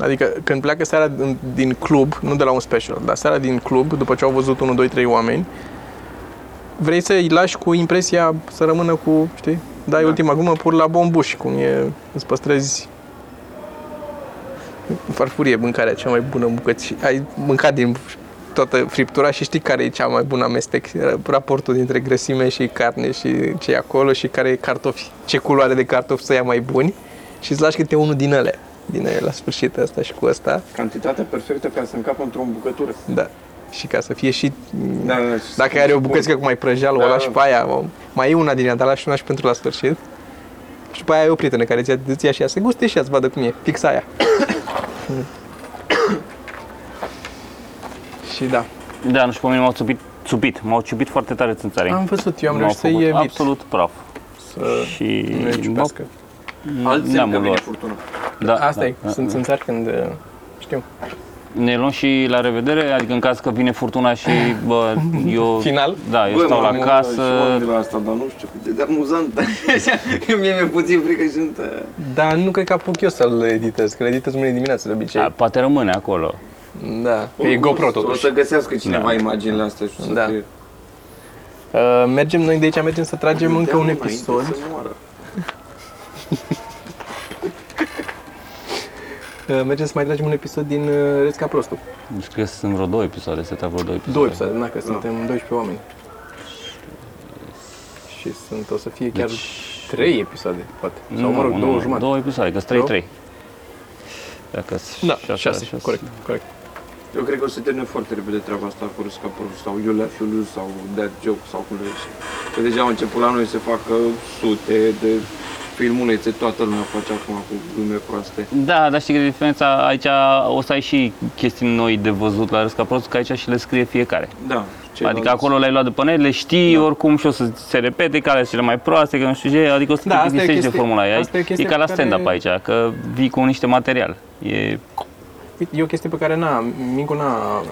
Speaker 2: Adică când pleacă seara din- din club, nu de la un special, dar seara din club, după ce au văzut 1, 2, 3 oameni, vrei să îi lași cu impresia să rămână cu, știi, dai
Speaker 1: Da.
Speaker 2: ultima glumă pur la bombuș, cum e, îți păstrezi farfurie mâncarea cea mai bună bucăți. Ai mâncat din toată friptura și știi care e cea mai bună amestec, raportul dintre grăsime și carne și ce e acolo și care e cartofi, ce culoare de cartofi să ia mai buni și îți lași câte unul din ele, din ele la sfârșit asta și cu asta,
Speaker 1: Cantitatea perfectă ca să încapă într-o bucătură.
Speaker 2: da. Și ca să fie și,
Speaker 1: Da, da,
Speaker 2: dacă are o bucățică cu mai prăjeală, o
Speaker 1: Da,
Speaker 2: lași
Speaker 1: da.
Speaker 2: pe aia, o- mai e una din ea, dar lași una și pentru la sfârșit. Și după aia e o prietenă care ți-a ți ia și ea să guste și ea să vadă cum e, fix aia. și da.
Speaker 3: Da, nu știu pe mine m-au țupit, țupit, m-au ciupit foarte tare țânțarii.
Speaker 2: Am văzut, eu am
Speaker 3: M-au
Speaker 2: reușit să-i
Speaker 3: făcut
Speaker 2: evit.
Speaker 3: Absolut praf.
Speaker 2: Să
Speaker 3: și
Speaker 2: nu le
Speaker 3: da,
Speaker 2: ciupească.
Speaker 1: că
Speaker 3: neamul
Speaker 1: vine
Speaker 3: lor.
Speaker 1: furtuna.
Speaker 3: Da,
Speaker 2: Asta
Speaker 3: da,
Speaker 2: e,
Speaker 3: da,
Speaker 2: sunt
Speaker 3: da.
Speaker 2: țânțari când, uh, știu,
Speaker 3: Ne luăm și la revedere, adică în caz că vine furtuna și bă, eu...
Speaker 2: Final?
Speaker 3: Da, eu
Speaker 1: Bă,
Speaker 3: stau
Speaker 1: mă,
Speaker 3: la
Speaker 1: mă,
Speaker 3: casă.
Speaker 1: și oameni de la asta, dar nu știu cât de amuzant. Că mie mi-e puțin frică și sunt... uh,
Speaker 2: dar nu cred că apuc eu să-l editez, că le editez mâine dimineață de
Speaker 3: Da,
Speaker 2: obicei.
Speaker 3: poate rămâne acolo.
Speaker 2: Da, că e
Speaker 1: oricum,
Speaker 2: GoPro
Speaker 1: O
Speaker 2: totuși.
Speaker 1: Uh, să găsească cineva
Speaker 3: Da.
Speaker 1: imaginile astea și o să
Speaker 2: Da.
Speaker 1: fie-
Speaker 2: Uh, mergem noi de aici, mergem să tragem încă un
Speaker 1: Înainte
Speaker 2: episod.
Speaker 1: să moară.
Speaker 2: Uh, mergem să mai tragem un episod din uh, Resca Prostu.
Speaker 3: Nu știu, cred că sunt vreo două episoade, se trag vreo două episoade.
Speaker 2: Două episoade, da, că suntem 12 oameni. Și sunt, o să fie chiar
Speaker 3: Deci-
Speaker 2: trei episoade, poate.
Speaker 3: Nu,
Speaker 2: Sau, mă rog,
Speaker 3: nu,
Speaker 2: două
Speaker 3: nu,
Speaker 2: jumate.
Speaker 3: Două episoade, că sunt trei,
Speaker 2: Două?
Speaker 3: trei. Dacă sunt
Speaker 2: Da, șase, corect, corect.
Speaker 1: Eu cred că o să termine foarte repede treaba asta cu Râsca Părul sau You Left You Lose sau That Joke sau cum le zice. Că deja au început la noi să facă sute de filmulețe, toată lumea face acum cu glume proaste.
Speaker 3: Da, dar știi că diferența aici o să ai și chestii noi de văzut la Răsca Prost, că aici și le scrie fiecare.
Speaker 1: Da, ceilalți-
Speaker 3: Adică acolo le-ai luat de pe net, le știi
Speaker 2: Da.
Speaker 3: oricum și o să ți se repete care sunt cele mai proaste, că nu știu ce, adică o să
Speaker 2: Da,
Speaker 3: te
Speaker 2: asta e o
Speaker 3: plictisești de
Speaker 2: chestie-
Speaker 3: formula aia.
Speaker 2: asta e o
Speaker 3: E
Speaker 2: chestie
Speaker 3: ca la
Speaker 2: pe care-
Speaker 3: stand-up aici, că vii cu niște material. E,
Speaker 2: Uite, e o chestie pe care n-a, Mincu n-a uh,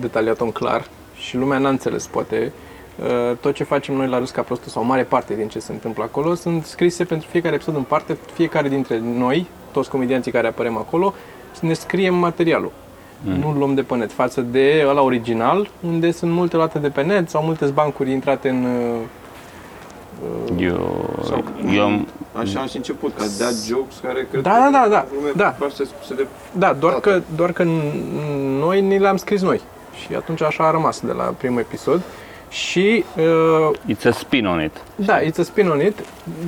Speaker 2: detaliat-o în clar și lumea n-a înțeles, poate. Uh, Tot ce facem noi la Rusca Prostul sau mare parte din ce se întâmplă acolo sunt scrise pentru fiecare episod în parte, fiecare dintre noi, toți comedianții care apărem acolo, să ne scriem materialul. Nu-l luăm de pe net, față de ăla original, unde sunt multe luate de pe net sau multe bancuri intrate în... uh,
Speaker 3: eu,
Speaker 1: Sau,
Speaker 3: Păi, eu am,
Speaker 1: Așa am și început, ca That Jokes care cred
Speaker 2: Da,
Speaker 1: că
Speaker 2: da, da, da,
Speaker 1: glume
Speaker 2: da.
Speaker 1: proaste spuse de...
Speaker 2: Da, doar
Speaker 1: Toate.
Speaker 2: că, doar că n- noi ni le-am scris noi și atunci așa a rămas de la primul episod. Și uh,
Speaker 3: it's a spin on it.
Speaker 2: Da, it's a spin on it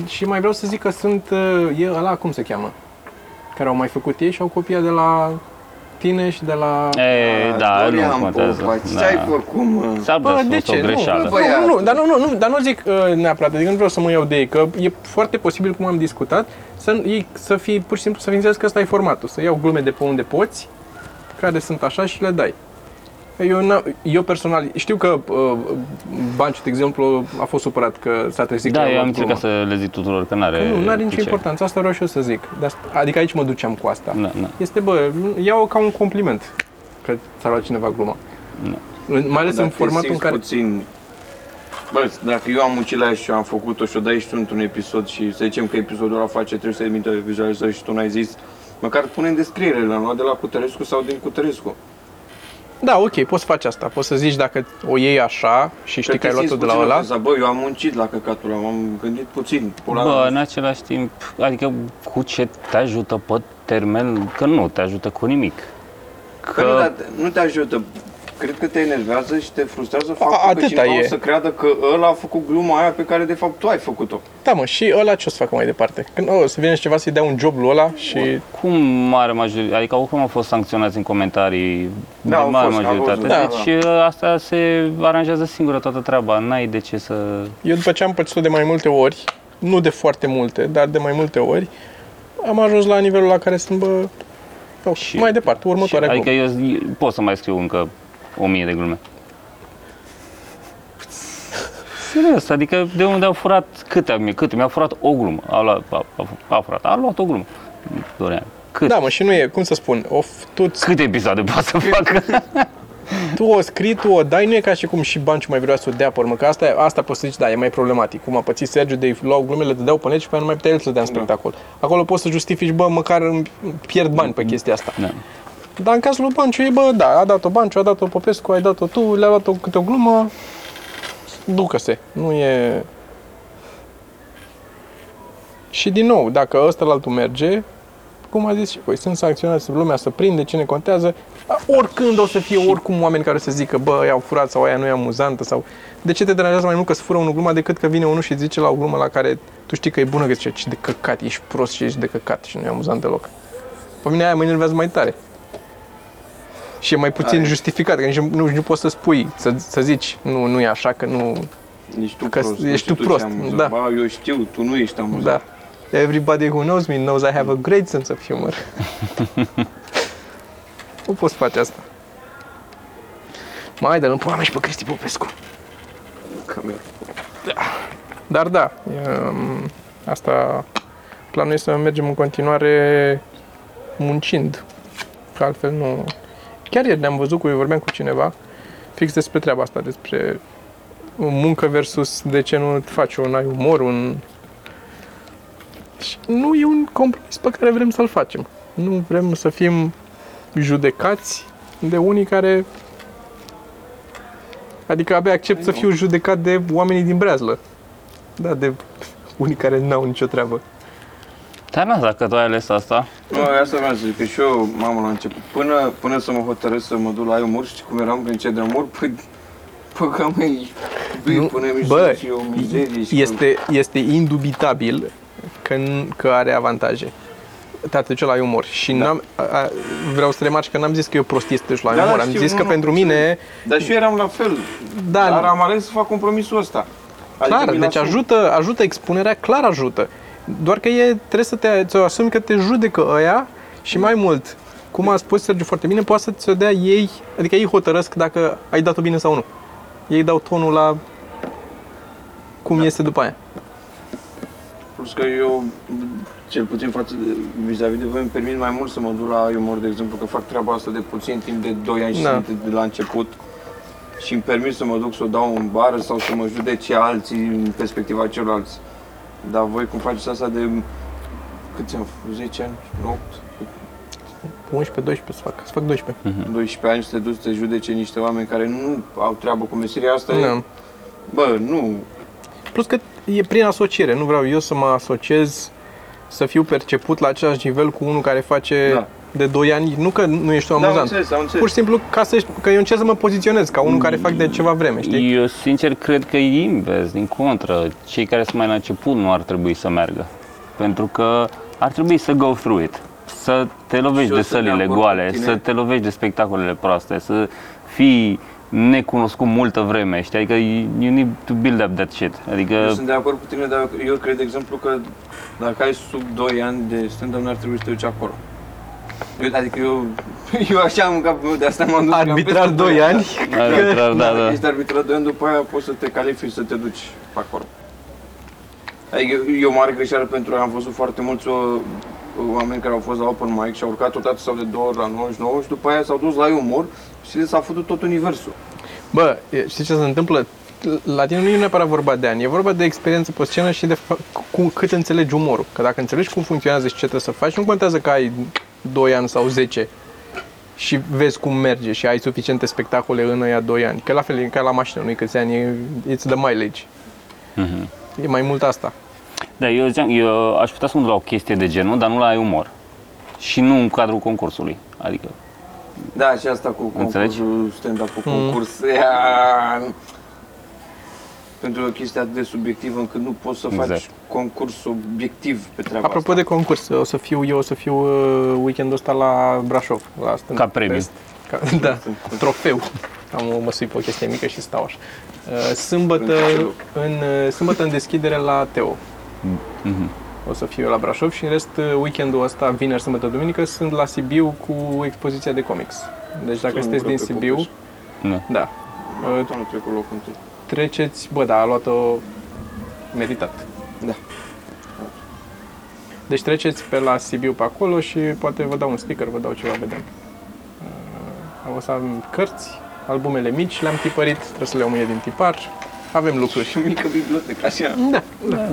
Speaker 2: și mai vreau să zic că sunt, uh, e ăla, cum se cheamă, care au mai făcut ei și au copiat de la tine și de la... Ah,
Speaker 3: E, da, nu contează. Da.
Speaker 1: Ce ai făcut, mă?
Speaker 3: S-ar putea să fost da, o
Speaker 2: Nu,
Speaker 3: greșeală.
Speaker 1: Băi,
Speaker 2: nu, nu,
Speaker 1: asta-
Speaker 2: dar nu, nu, nu, dar nu zic uh, neapărat, adică nu vreau să mă iau de ei, că e foarte posibil, cum am discutat, să, ei, să fii, pur și simplu, să vindească că ăsta e formatul, să iau glume de pe unde poți, care sunt așa și le dai. Eu, n-am- eu personal, știu că uh, Banciu, de exemplu, a fost supărat că s-a trezit că
Speaker 3: Da,
Speaker 2: i-au
Speaker 3: eu am
Speaker 2: luat
Speaker 3: încercat
Speaker 2: gluma.
Speaker 3: să le zic tuturor că n-are
Speaker 2: Nu, nu are nicio
Speaker 3: ce.
Speaker 2: importanță, asta vreau și eu să zic. Dar, adică aici mă duceam cu asta.
Speaker 3: Da, da.
Speaker 2: Este, bă, iau ca un compliment că ți-a luat cineva gluma. În- Mai ales
Speaker 1: Dar
Speaker 2: în
Speaker 1: Da, te
Speaker 2: formatul în
Speaker 1: simți
Speaker 2: care...
Speaker 1: Puțin... Bă, dacă eu am muncit la ea și eu am făcut-o și o dai și tu într-un episod și să zicem că episodul ăla face 300 de minute de vizualizări și tu n-ai zis, măcar pune în descriere, l-am luat de la Cutărescu sau din Cutărescu.
Speaker 2: Da, ok, poți să faci asta. Poți să zici dacă o iei așa și știi că,
Speaker 1: te
Speaker 2: ai luat-o
Speaker 1: simți
Speaker 2: de la
Speaker 1: puțin
Speaker 2: ăla.
Speaker 1: ofensat. Bă, eu am muncit la căcatul ăla, m-am gândit puțin. Pula
Speaker 3: Bă,
Speaker 1: mea.
Speaker 3: în același timp, adică cu ce te ajută pe termen, că nu te ajută cu nimic.
Speaker 1: Că nu,
Speaker 3: Că,
Speaker 1: dar nu te ajută. Cred că te enervează și te frustrează faptul că
Speaker 2: atâta
Speaker 1: cineva
Speaker 2: e.
Speaker 1: o să creadă că ăla a făcut gluma aia pe care de fapt tu ai făcut-o.
Speaker 2: Da, mă, și ăla ce o să facă mai departe? Când o să vină ceva să-i dea un job lui ăla și...
Speaker 3: cum mare majoritate, adică oricum au fost sancționați în comentarii
Speaker 1: Da,
Speaker 3: de
Speaker 1: au
Speaker 3: mare
Speaker 1: fost, au
Speaker 3: majoritate.
Speaker 1: fost, da,
Speaker 3: deci asta se aranjează singură toată treaba, n-ai de ce să...
Speaker 2: Eu după ce am pățit-o de mai multe ori, nu de foarte multe, dar de mai multe ori, am ajuns la nivelul la care sunt, bă, ok,
Speaker 3: Și-
Speaker 2: mai departe, următoarea
Speaker 3: adică
Speaker 2: glumă.
Speaker 3: eu zi- pot să mai scriu încă o mie de glume. serios, adică de unde au furat câte, mi- câte, mi-au furat o glumă, a, luat, a, a, a furat, a luat o glumă, Dorian. Cât,
Speaker 2: Da, mă, și nu e, cum să spun, o, f- tu,
Speaker 3: câte episoade poate să facă?
Speaker 2: tu o scrii, tu o dai, nu e ca și cum și Banciu mai vrea să o dea pe urmă, că asta, e- asta poți să zici, da, e mai problematic. Cum a pățit Sergiu de luau glumele, te dau pe net și pe aia nu mai puteai el să dea în spectacol. Acolo poți să justifici, bă, măcar îmi pierd bani pe chestia asta.
Speaker 3: da.
Speaker 2: Dar în cazul lui Banciu e, bă, da, a dat-o Banciu, a dat-o Popescu, ai dat-o tu, le-a dat-o câte o glumă, ducă-se. Nu e... Și din nou, dacă ăsta la altul merge, cum a zis și voi, sunt sancționați, lumea să prinde, cine contează, a, oricând o să fie oricum oameni care o să zică, bă, i-au furat sau aia nu e amuzantă sau... De ce te deranjează mai mult că îți fură unul gluma decât că vine unul și zice la o glumă la care tu știi că e bună, că zice, ce de căcat, ești prost și ești de căcat și nu e amuzant deloc. Pe mine aia mă enervează mai tare. Și e mai puțin
Speaker 1: Aia e.
Speaker 2: justificat, că nici nu, nici nu poți să spui, să, să zici, nu, nu e așa, că nu,
Speaker 1: Ești tu
Speaker 2: Că
Speaker 1: prost.
Speaker 2: ești
Speaker 1: și
Speaker 2: tu
Speaker 1: ești
Speaker 2: prost,
Speaker 1: amuzant.
Speaker 2: da.
Speaker 1: Ba, eu știu, tu nu ești amuzant.
Speaker 2: Da. Everybody who knows me knows I have a great sense of humor. nu poți face asta. Mai dă-l în pula mea și pe Cristi Popescu. Da.
Speaker 1: Cameră.
Speaker 2: Dar da, e, um, asta planul este să mergem în continuare muncind. Că altfel nu... Chiar ieri ne-am văzut cu, vorbeam cu cineva fix despre treaba asta, despre muncă versus de ce nu faci un ai umor, un... Și nu e un compromis pe care vrem să-l facem. Nu vrem să fim judecați de unii care... Adică abia accept să fiu judecat de oamenii din Breazlă. Da, de unii care n-au nicio treabă.
Speaker 3: Dar na, dacă tu ai ales asta,
Speaker 1: Nu, asta vreau să zic, că și eu mamă la început. Până, până să mă hotărăsc să mă duc la umor, știi cum eram prin ce de umor? Păi, pă, că măi,
Speaker 2: Nu,
Speaker 1: nu, punem
Speaker 2: bă,
Speaker 1: și o mizerie și
Speaker 2: Este, este indubitabil că, n- că are avantaje. Te aduce la umor. Și da. n-am, a, a, vreau să remarci că n-am zis că e o prostie să te duci la
Speaker 1: Da, da,
Speaker 2: umor. Am
Speaker 1: știu,
Speaker 2: zis
Speaker 1: nu,
Speaker 2: că
Speaker 1: nu,
Speaker 2: pentru
Speaker 1: nu.
Speaker 2: mine,
Speaker 1: Dar și eu eram la fel.
Speaker 2: Da,
Speaker 1: Dar
Speaker 2: nu.
Speaker 1: am ales să fac compromisul ăsta. Adică
Speaker 2: clar,
Speaker 1: mi-l
Speaker 2: deci
Speaker 1: asum.
Speaker 2: ajută, ajută expunerea, clar ajută. Doar că e, trebuie să te să asumi că te judecă ăia și mai mult, cum a spus Sergiu foarte bine, poate să-ți o dea ei, adică ei hotărăsc dacă ai dat-o bine sau nu. Ei dau tonul la cum
Speaker 1: Da.
Speaker 2: este după aia.
Speaker 1: Plus că eu, cel puțin față de, vis-a-vis de voi, îmi permit mai mult să mă duc la umor, de exemplu, că fac treaba asta de puțin timp de 2 ani și
Speaker 2: Da.
Speaker 1: sunt de la început și îmi permit să mă duc să o dau în bară sau să mă judece alții în perspectiva celorlalți. Dar voi cum faceți asta de câți am făcut? 10 ani? 8?
Speaker 2: 11, 12 să fac, să fac 12.
Speaker 1: 12 ani să te duci să te judece niște oameni care nu au treabă cu meseria asta?
Speaker 2: Da.
Speaker 1: E, bă, nu.
Speaker 2: Plus că e prin asociere, nu vreau eu să mă asociez, să fiu perceput la același nivel cu unul care face
Speaker 1: Da.
Speaker 2: de 2 ani, nu că nu ești tu
Speaker 1: Da, am
Speaker 2: amuzant.
Speaker 1: înțeles, am înțeles.
Speaker 2: Pur și simplu ca să, că eu încerc să mă poziționez ca unul care fac de ceva vreme, știi?
Speaker 3: eu sincer cred că e invers, din contră. Cei care sunt mai la început nu ar trebui să meargă. Pentru că ar trebui să go through it. Să te
Speaker 1: Și
Speaker 3: lovești
Speaker 1: eu
Speaker 3: de
Speaker 1: sunt de
Speaker 3: sălile
Speaker 1: acord cu
Speaker 3: goale,
Speaker 1: tine.
Speaker 3: să te lovești de spectacolele proaste, să fii necunoscut multă vreme, știi? Adică you need to build up that shit. Adică
Speaker 1: Eu sunt de acord cu tine, dar eu cred, de exemplu, că dacă ai sub 2 ani de stand-up, n-ar trebui să te duci acolo. Eu, adică eu, eu așa am în capul meu, de asta m-am dus. că am
Speaker 2: Arbitrar
Speaker 1: peste
Speaker 2: 2
Speaker 1: doi
Speaker 2: ani.
Speaker 3: arbitrar, da,
Speaker 1: Dacă
Speaker 3: da.
Speaker 1: ești arbitrar 2 ani, după aia poți să te califici să te duci pe acolo. Adică eu mare greșeală pentru că am văzut foarte mulți o, oameni care au fost la open mic și au urcat odată sau de două ori la 99 și după aia s-au dus la umor și le s-a făcut tot universul.
Speaker 2: Bă, e- știi ce se întâmplă? La tine nu e neapărat vorba de ani, e vorba de experiență pe scenă și de fa- cu cât înțelegi umorul. Că dacă înțelegi cum funcționează și ce trebuie să faci, nu contează că ai 2 ani sau 10 și vezi cum merge și ai suficiente spectacole în aia 2 ani. Că la fel e ca la mașină, nu-i câți ani, e- it's the mileage. E mai mult asta.
Speaker 3: Da, eu, ziceam, eu aș putea să mă duc la o chestie de genul, dar nu la ai umor. Și nu în cadrul concursului. Adică,
Speaker 1: Da, și asta cu
Speaker 3: Înțelegi? Mm.
Speaker 1: concursul, stand-up cu concurs, ea, pentru o chestie atât de subiectivă încât nu poți să faci
Speaker 3: Exact.
Speaker 1: concurs obiectiv pe treaba
Speaker 2: Apropo de concurs, o să fiu eu, o să fiu uh, weekendul ăsta la Brașov. La stand-
Speaker 3: Ca premiu.
Speaker 2: fest. Ca, da, trofeu. Am o măsui pe o chestie mică și stau așa. Uh, Sâmbătă în, uh, sâmbătă în deschidere la Teo.
Speaker 3: Mm-hmm.
Speaker 2: O să fiu eu la Brașov și în rest uh, weekendul ăsta, vineri, sâmbătă, duminică, sunt la Sibiu cu expoziția de comics. Deci dacă
Speaker 1: Să nu
Speaker 2: sunteți din
Speaker 1: lucrăm pe
Speaker 2: Sibiu,
Speaker 1: Popescu.
Speaker 3: nu.
Speaker 2: da,
Speaker 1: asta. Anul trecut locul întâi.
Speaker 2: treceți, bă, da, a luat-o meritat.
Speaker 1: Da.
Speaker 2: Deci treceți pe la Sibiu pe acolo și poate vă dau un sticker, vă dau ceva, vedem. Uh, O să avem cărți, albumele mici, le-am tipărit, trebuie să le omâie din tipar. Avem lucruri.
Speaker 1: Și mică bibliotecă, așa.
Speaker 2: Da, da, da.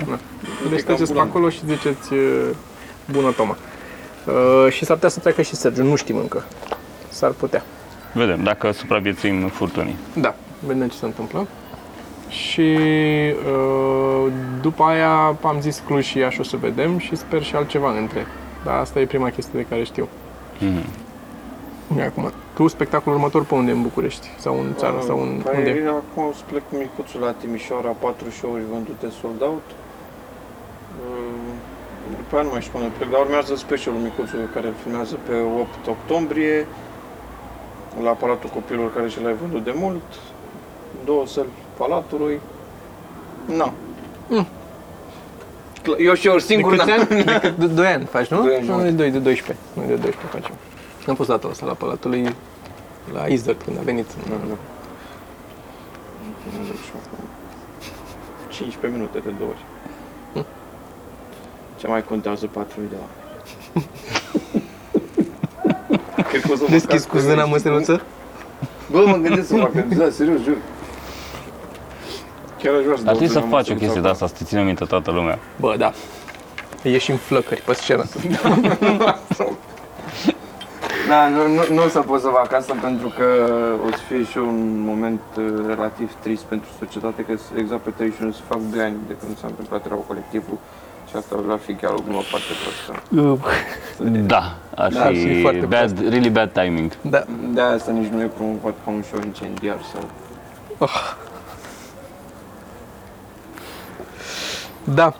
Speaker 2: Deci treceți pe
Speaker 1: ambulantă.
Speaker 2: acolo și ziceți uh, bună Toma. Uh, și s-ar putea să treacă și Sergiu, nu știm încă. S-ar putea.
Speaker 3: Vedem dacă supraviețuim furtunii.
Speaker 2: Da, vedem ce se întâmplă. Și uh, după aia am zis Cluj și Iași o să vedem și sper și altceva între. Dar asta e prima chestie de care știu.
Speaker 3: Mhm.
Speaker 2: Ia Acum, tu spectacolul următor pe unde e în București? Sau în țară? Sau în,
Speaker 1: Păi,
Speaker 2: unde? e?
Speaker 1: vine Acum o să plec cu micuțul la Timișoara, 4 show-uri vândute sold out. Mm, După aia nu mai știu până plec, dar urmează specialul micuțului care îl filmează pe 8 octombrie la Palatul Copilor care și l-ai vândut de mult. Două săli Palatului. Na.
Speaker 2: Mm.
Speaker 1: Eu și eu singur,
Speaker 2: de
Speaker 1: na.
Speaker 2: câți ani? De cât- de 2 ani faci, nu?
Speaker 1: Doi ani da.
Speaker 2: nu,
Speaker 1: jumătate.
Speaker 2: de 2, de 12. Noi de 12 facem. Am fost data asta la Palatului, la Izzard, când a venit.
Speaker 1: Da, da. 15 minute de două ori. Ce mai contează 4 de oameni? Cred că o să mă
Speaker 2: Deschis
Speaker 1: cac
Speaker 2: cu
Speaker 1: pe
Speaker 2: zâna
Speaker 1: mine.
Speaker 2: măsăruță?
Speaker 1: Bă, mă gândesc să fac, da, serios, jur. Chiar aș vrea să
Speaker 3: Ar
Speaker 1: dau
Speaker 3: trebui să
Speaker 1: zâna
Speaker 3: faci o
Speaker 1: măsăruță
Speaker 3: chestie de
Speaker 1: acum.
Speaker 3: asta, să te țină minte toată lumea.
Speaker 2: Bă, da. Ieșim flăcări pe scenă.
Speaker 1: Da, nu, nu, nu o să pot să fac asta pentru că o să fie și un moment uh, relativ trist pentru societate, că exact pe 31 se fac 2 ani de când s-a întâmplat rău colectivul și asta ar fi chiar o glumă foarte prostă.
Speaker 3: Da, ar
Speaker 2: Da, ar fi
Speaker 3: fi
Speaker 2: foarte
Speaker 3: bad, really bad timing.
Speaker 2: Da.
Speaker 1: De asta nici nu e promovat ca un show incendiar sau...
Speaker 2: Oh. Da.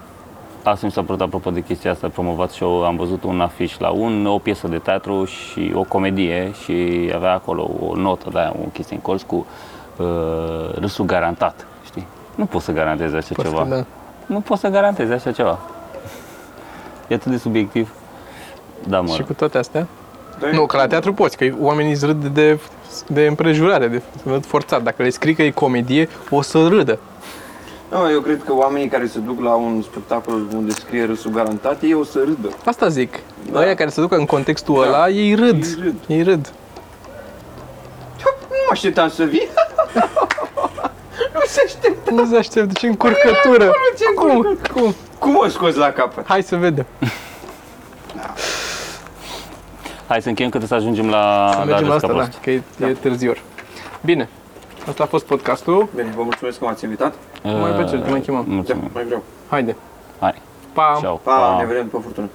Speaker 3: Asta mi s-a părut apropo de chestia asta, promovat și eu am văzut un afiș la un, o piesă de teatru și o comedie și avea acolo o notă de aia, o chestie în colț cu uh, râsul garantat, știi? Nu poți să garantezi așa
Speaker 2: Poți
Speaker 3: ceva.
Speaker 2: că da.
Speaker 3: Nu poți să garantezi așa ceva. E atât de subiectiv. Da, mă.
Speaker 2: Și cu toate astea?
Speaker 1: Da,
Speaker 2: Nu, că la teatru poți, că oamenii îți râd de, de împrejurare, de râd forțat. Dacă le scrii că e comedie, o să râdă.
Speaker 1: Nu, eu cred că oamenii care se duc la un spectacol unde scrie râsul garantat, ei o să râdă.
Speaker 2: Asta zic. Da.
Speaker 1: Da.
Speaker 2: Aia care se ducă în contextul
Speaker 1: Da.
Speaker 2: ăla, ei râd.
Speaker 1: Ei râd.
Speaker 2: Ei râd.
Speaker 1: Nu mă așteptam să vii. nu se aștept.
Speaker 2: Nu se aștept, ce încurcătură.
Speaker 1: ce
Speaker 2: Cum? Cum?
Speaker 1: Cum o scoți la capăt?
Speaker 2: Hai să vedem.
Speaker 3: Hai să încheiem că trebuie să ajungem la,
Speaker 2: Să
Speaker 3: la
Speaker 2: mergem la asta, da,
Speaker 3: Răscapost.
Speaker 2: că e, e târziu. Bine. Asta a fost podcastul.
Speaker 1: Bine, vă mulțumesc că m-ați invitat.
Speaker 2: Mai
Speaker 3: Uh,
Speaker 2: pe ce, te mai chemăm.
Speaker 1: Da,
Speaker 3: Mulțumim.
Speaker 1: mai vreau.
Speaker 2: Haide.
Speaker 3: Hai.
Speaker 2: Pa.
Speaker 3: Ciao.
Speaker 1: um, Pa, ne vedem pe furtună.